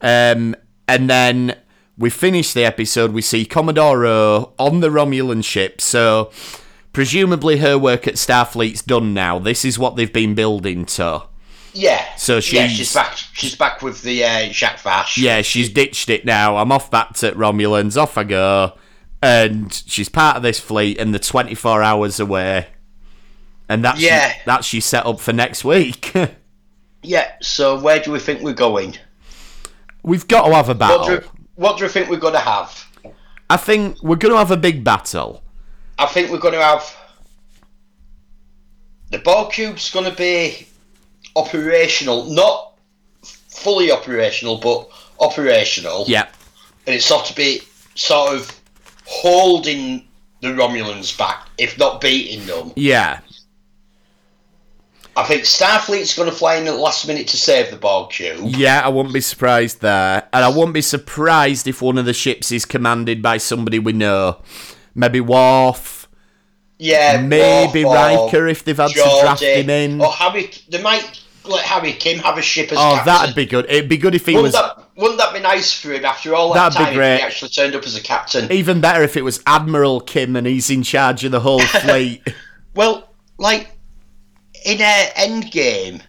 B: Um and then we finish the episode, we see Commodore O on the Romulan ship, so presumably her work at Starfleet's done now. This is what they've been building to.
C: yeah.
B: So
C: yeah,
B: she's-
C: she's back. She's back with the uh, Jacques Vash.
B: yeah, she's ditched it now. I'm off back to Romulans. Off I go. And she's part of this fleet, and the 24 hours away. And that's
C: Yeah.
B: that's she set up for next week.
C: yeah. So where do we think we're going?
B: We've got to have a
C: What do,
B: battle.
C: you- what do you think we're gonna have?
B: I think we're going to have a big battle.
C: I think we're gonna have the ball cube's gonna be operational, not fully operational, but operational.
B: Yeah,
C: and it's got to be sort of holding the Romulans back, if not beating them.
B: yeah,
C: I think Starfleet's going to fly in at the last minute to save the Borg cube.
B: yeah. I wouldn't be surprised there, and I wouldn't be surprised if one of the ships is commanded by somebody we know, maybe Worf,
C: Yeah,
B: maybe
C: Worf or
B: Riker if they've had to draft
C: Geordi.
B: him in.
C: Or
B: Oh,
C: Harry, they might let Harry Kim have a ship as captain.
B: that'd be good. It'd be good if he was
C: Wouldn't that, wouldn't that be nice for him after all that
B: That'd be
C: time if
B: great.
C: he actually turned up as a captain?
B: Even better if it was Admiral Kim and he's in charge of the whole fleet.
C: Well, like in uh, Endgame,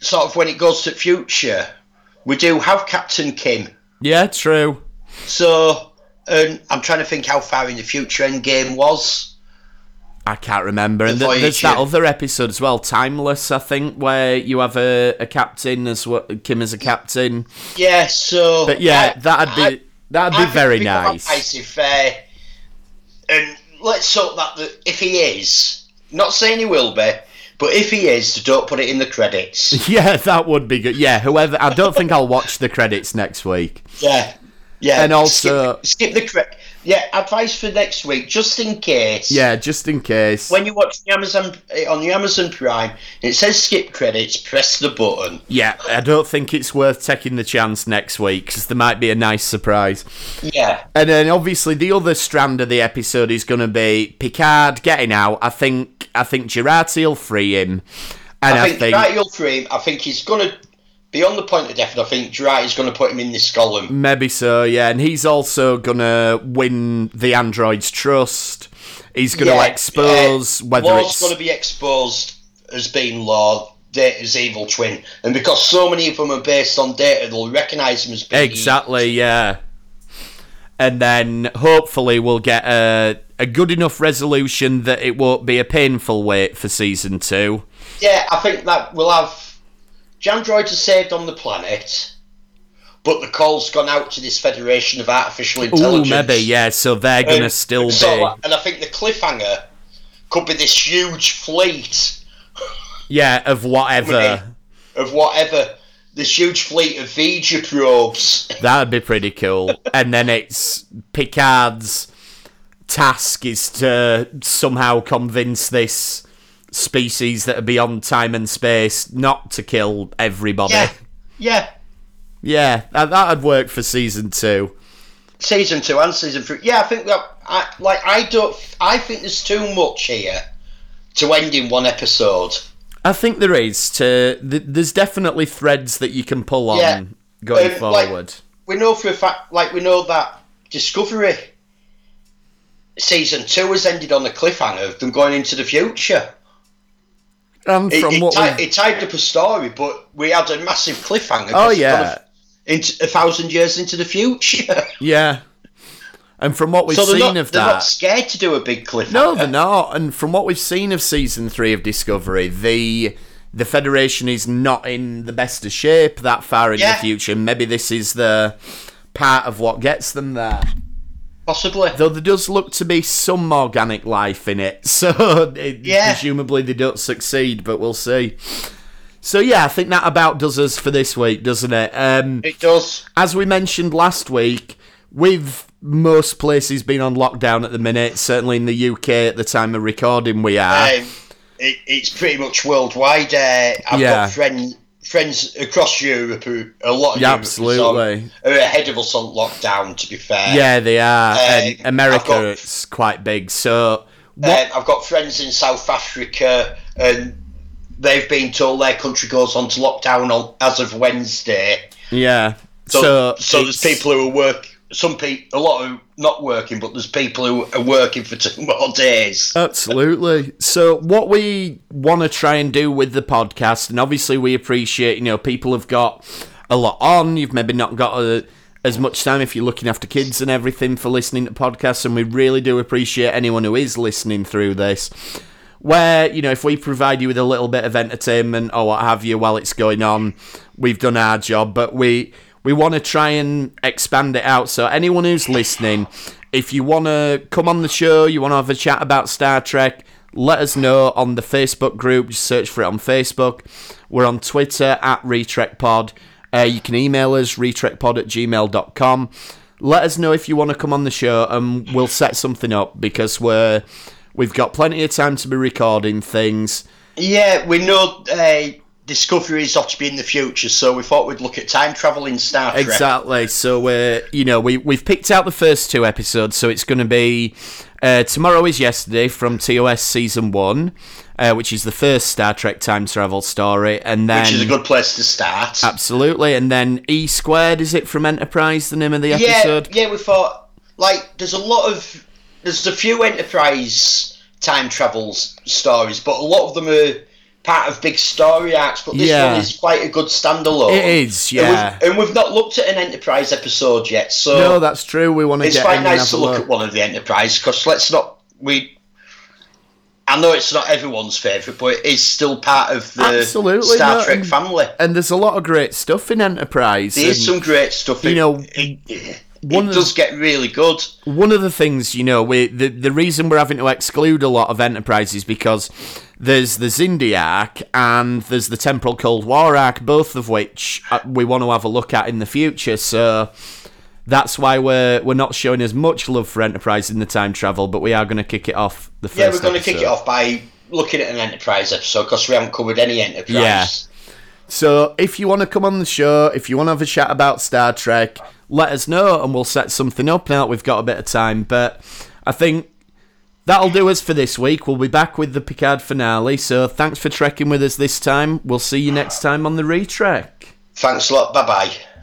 C: sort of when it goes to future, we do have Captain Kim.
B: yeah, true.
C: So, um, I'm trying to think how far in the future Endgame was.
B: I can't remember. And
C: The
B: th- there's
C: Voyager.
B: that other episode as well, Timeless, I think, where you have a, a captain as well, Kim as a captain.
C: Yeah, so.
B: But yeah,
C: I-
B: that'd
C: I-
B: be that'd
C: I
B: be
C: think
B: very
C: it'd quite
B: nice.
C: if, uh, and let's hope that the, if he is, not saying he will be, but if he is, don't put it in the credits.
B: Yeah, that would be good. Yeah, whoever. I don't think I'll watch the credits next week.
C: yeah. Yeah.
B: And also-
C: Skip, skip the credit. Yeah, advice for next week, just in case.
B: Yeah, just in case.
C: When you watch the Amazon eh, on the Amazon Prime, it says skip credits. Press the button.
B: Yeah, I don't think it's worth taking the chance next week because there might be a nice surprise.
C: Yeah,
B: And then obviously the other strand of the episode is going to be Picard getting out. I think I think Girardi will free him, and
C: I think, right, you'll free him. I think he's gonna be on the point of death, and I think Dwight is gonna put him in this column.
B: maybe so. Yeah, and he's also going to win the android's trust. He's going
C: Yeah,
B: to expose
C: uh,
B: whether
C: Law's
B: it's
C: going to be exposed as being Law, Data's evil twin, and because so many of them are based on Data, they'll recognise him as being
B: exactly yeah. And then hopefully we'll get a a good enough resolution that it won't be a painful wait for season two.
C: Yeah, I think that we'll have Jandroids are saved on the planet, but the call's gone out to this Federation of Artificial
B: Ooh,
C: Intelligence.
B: maybe yeah. So they're gonna
C: Um,
B: still
C: so,
B: be
C: And I think the cliffhanger could be this huge fleet
B: yeah of whatever.
C: of whatever, this huge fleet of Vija probes.
B: That'd be pretty cool. and then it's Picard's task is to somehow convince this species that are beyond time and space not to kill everybody.
C: Yeah, yeah.
B: Yeah, that, that'd work for season two.
C: Season two and season three. Yeah, I think that I like. I don't. I think there's too much here to end in one episode.
B: I think there is to. Th- there's definitely threads that you can pull on
C: Yeah.
B: going
C: Um, like-
B: forward.
C: we know for a fact, like we know that Discovery season two has ended on a cliffhanger of them going into the future.
B: and
C: It,
B: from
C: it,
B: what
C: ti-
B: we,
C: it tied up a story, but we had a massive cliffhanger.
B: oh
C: 'cause
B: yeah,
C: into a thousand years into the future.
B: yeah, and from what we've
C: so they're
B: seen
C: not,
B: of
C: they're
B: that,
C: not scared to do a big cliffhanger.
B: No, they're not. And from what we've seen of season three of Discovery, the the Federation is not in the best of shape that far in
C: Yeah.
B: the future. Maybe this is the part of what gets them there.
C: possibly.
B: Though there does look to be some organic life in it, so it,
C: Yeah.
B: presumably they don't succeed, but we'll see. So yeah, I think that about does us for this week, doesn't it? Um,
C: it does.
B: as we mentioned last week, with most places being on lockdown at the minute, certainly in the UK at the time of recording, we are.
C: Um, it, it's pretty much worldwide. Uh, I've
B: Yeah.
C: got friend, friends across Europe who a lot of
B: Yeah,
C: Europe is on-
B: absolutely.
C: are ahead of us on lockdown. To be fair,
B: yeah, they are. and
C: I've
B: America,
C: got-
B: it's quite big. So, what?
C: Um, I've got friends in South Africa, and they've been told their country goes on to lockdown on, as of Wednesday.
B: yeah.
C: So, so,
B: it's-
C: there's people who are work. Some people, a lot who not working, but there's people who are working for two more days.
B: Absolutely. So, what we want to try and do with the podcast, and obviously we appreciate, you know, people have got a lot on. You've maybe not got uh as much time if you're looking after kids and everything for listening to podcasts, and we really do appreciate anyone who is listening through this. Where, you know, if we provide you with a little bit of entertainment or what have you while it's going on, we've done our job, but we. We want to try and expand it out. So, anyone who's listening, if you want to come on the show, you want to have a chat about Star Trek, let us know on the Facebook group. Just search for it on Facebook. We're on Twitter at RetrekPod. Uh, you can email us, retrekpod at gmail.com. Let us know if you want to come on the show and we'll set something up because we're, we've got plenty of time to be recording things.
C: Yeah, we know uh, Discovery is ought to be in the future, so we thought we'd look at time travel in Star Trek.
B: Exactly. So we're you know we we've picked out the first two episodes. So it's going to be uh, tomorrow is yesterday from TOS season one, uh, which is the first Star Trek time travel story, and then
C: Which is a good place to start.
B: absolutely, and then E squared is it from Enterprise? The name of the
C: yeah,
B: episode.
C: yeah, we thought like there's a lot of there's a few Enterprise time travel s- stories, but a lot of them are part of big story arcs. But this
B: Yeah.
C: one is quite a good standalone.
B: It is,
C: And we've-
B: yeah.
C: and we've, not looked at an Enterprise episode yet, so
B: No, that's true. We want to
C: uh, it's
B: get
C: quite
B: in and
C: nice
B: have a
C: to look,
B: look.
C: at one of the Enterprise because let's not we. I know it's not everyone's favourite, but it is still part of the
B: Absolutely,
C: Star
B: no,
C: Trek
B: and-
C: family.
B: And there's a lot of great stuff in Enterprise.
C: There's
B: and-
C: some great stuff.
B: you
C: It-
B: know,
C: it, it
B: one of the-
C: does get really good.
B: one of the things you know we the, the reason we're having to exclude a lot of enterprises because there's the Zindi arc and there's the temporal cold war arc both of which uh, we want to have a look at in the future so that's why we're we're not showing as much love for enterprise in the time travel but we are going to kick it off the first
C: Yeah, we're going to kick
B: episode.
C: it off by looking at an Enterprise episode because we haven't covered any Enterprise.
B: So if you want to come on the show, if you want to have a chat about Star Trek, let us know and we'll set something up now that we've got a bit of time. But I think that'll do us for this week. We'll be back with the Picard finale. So thanks for trekking with us this time. We'll see you next time on the Retrek.
C: Thanks a lot. Bye bye.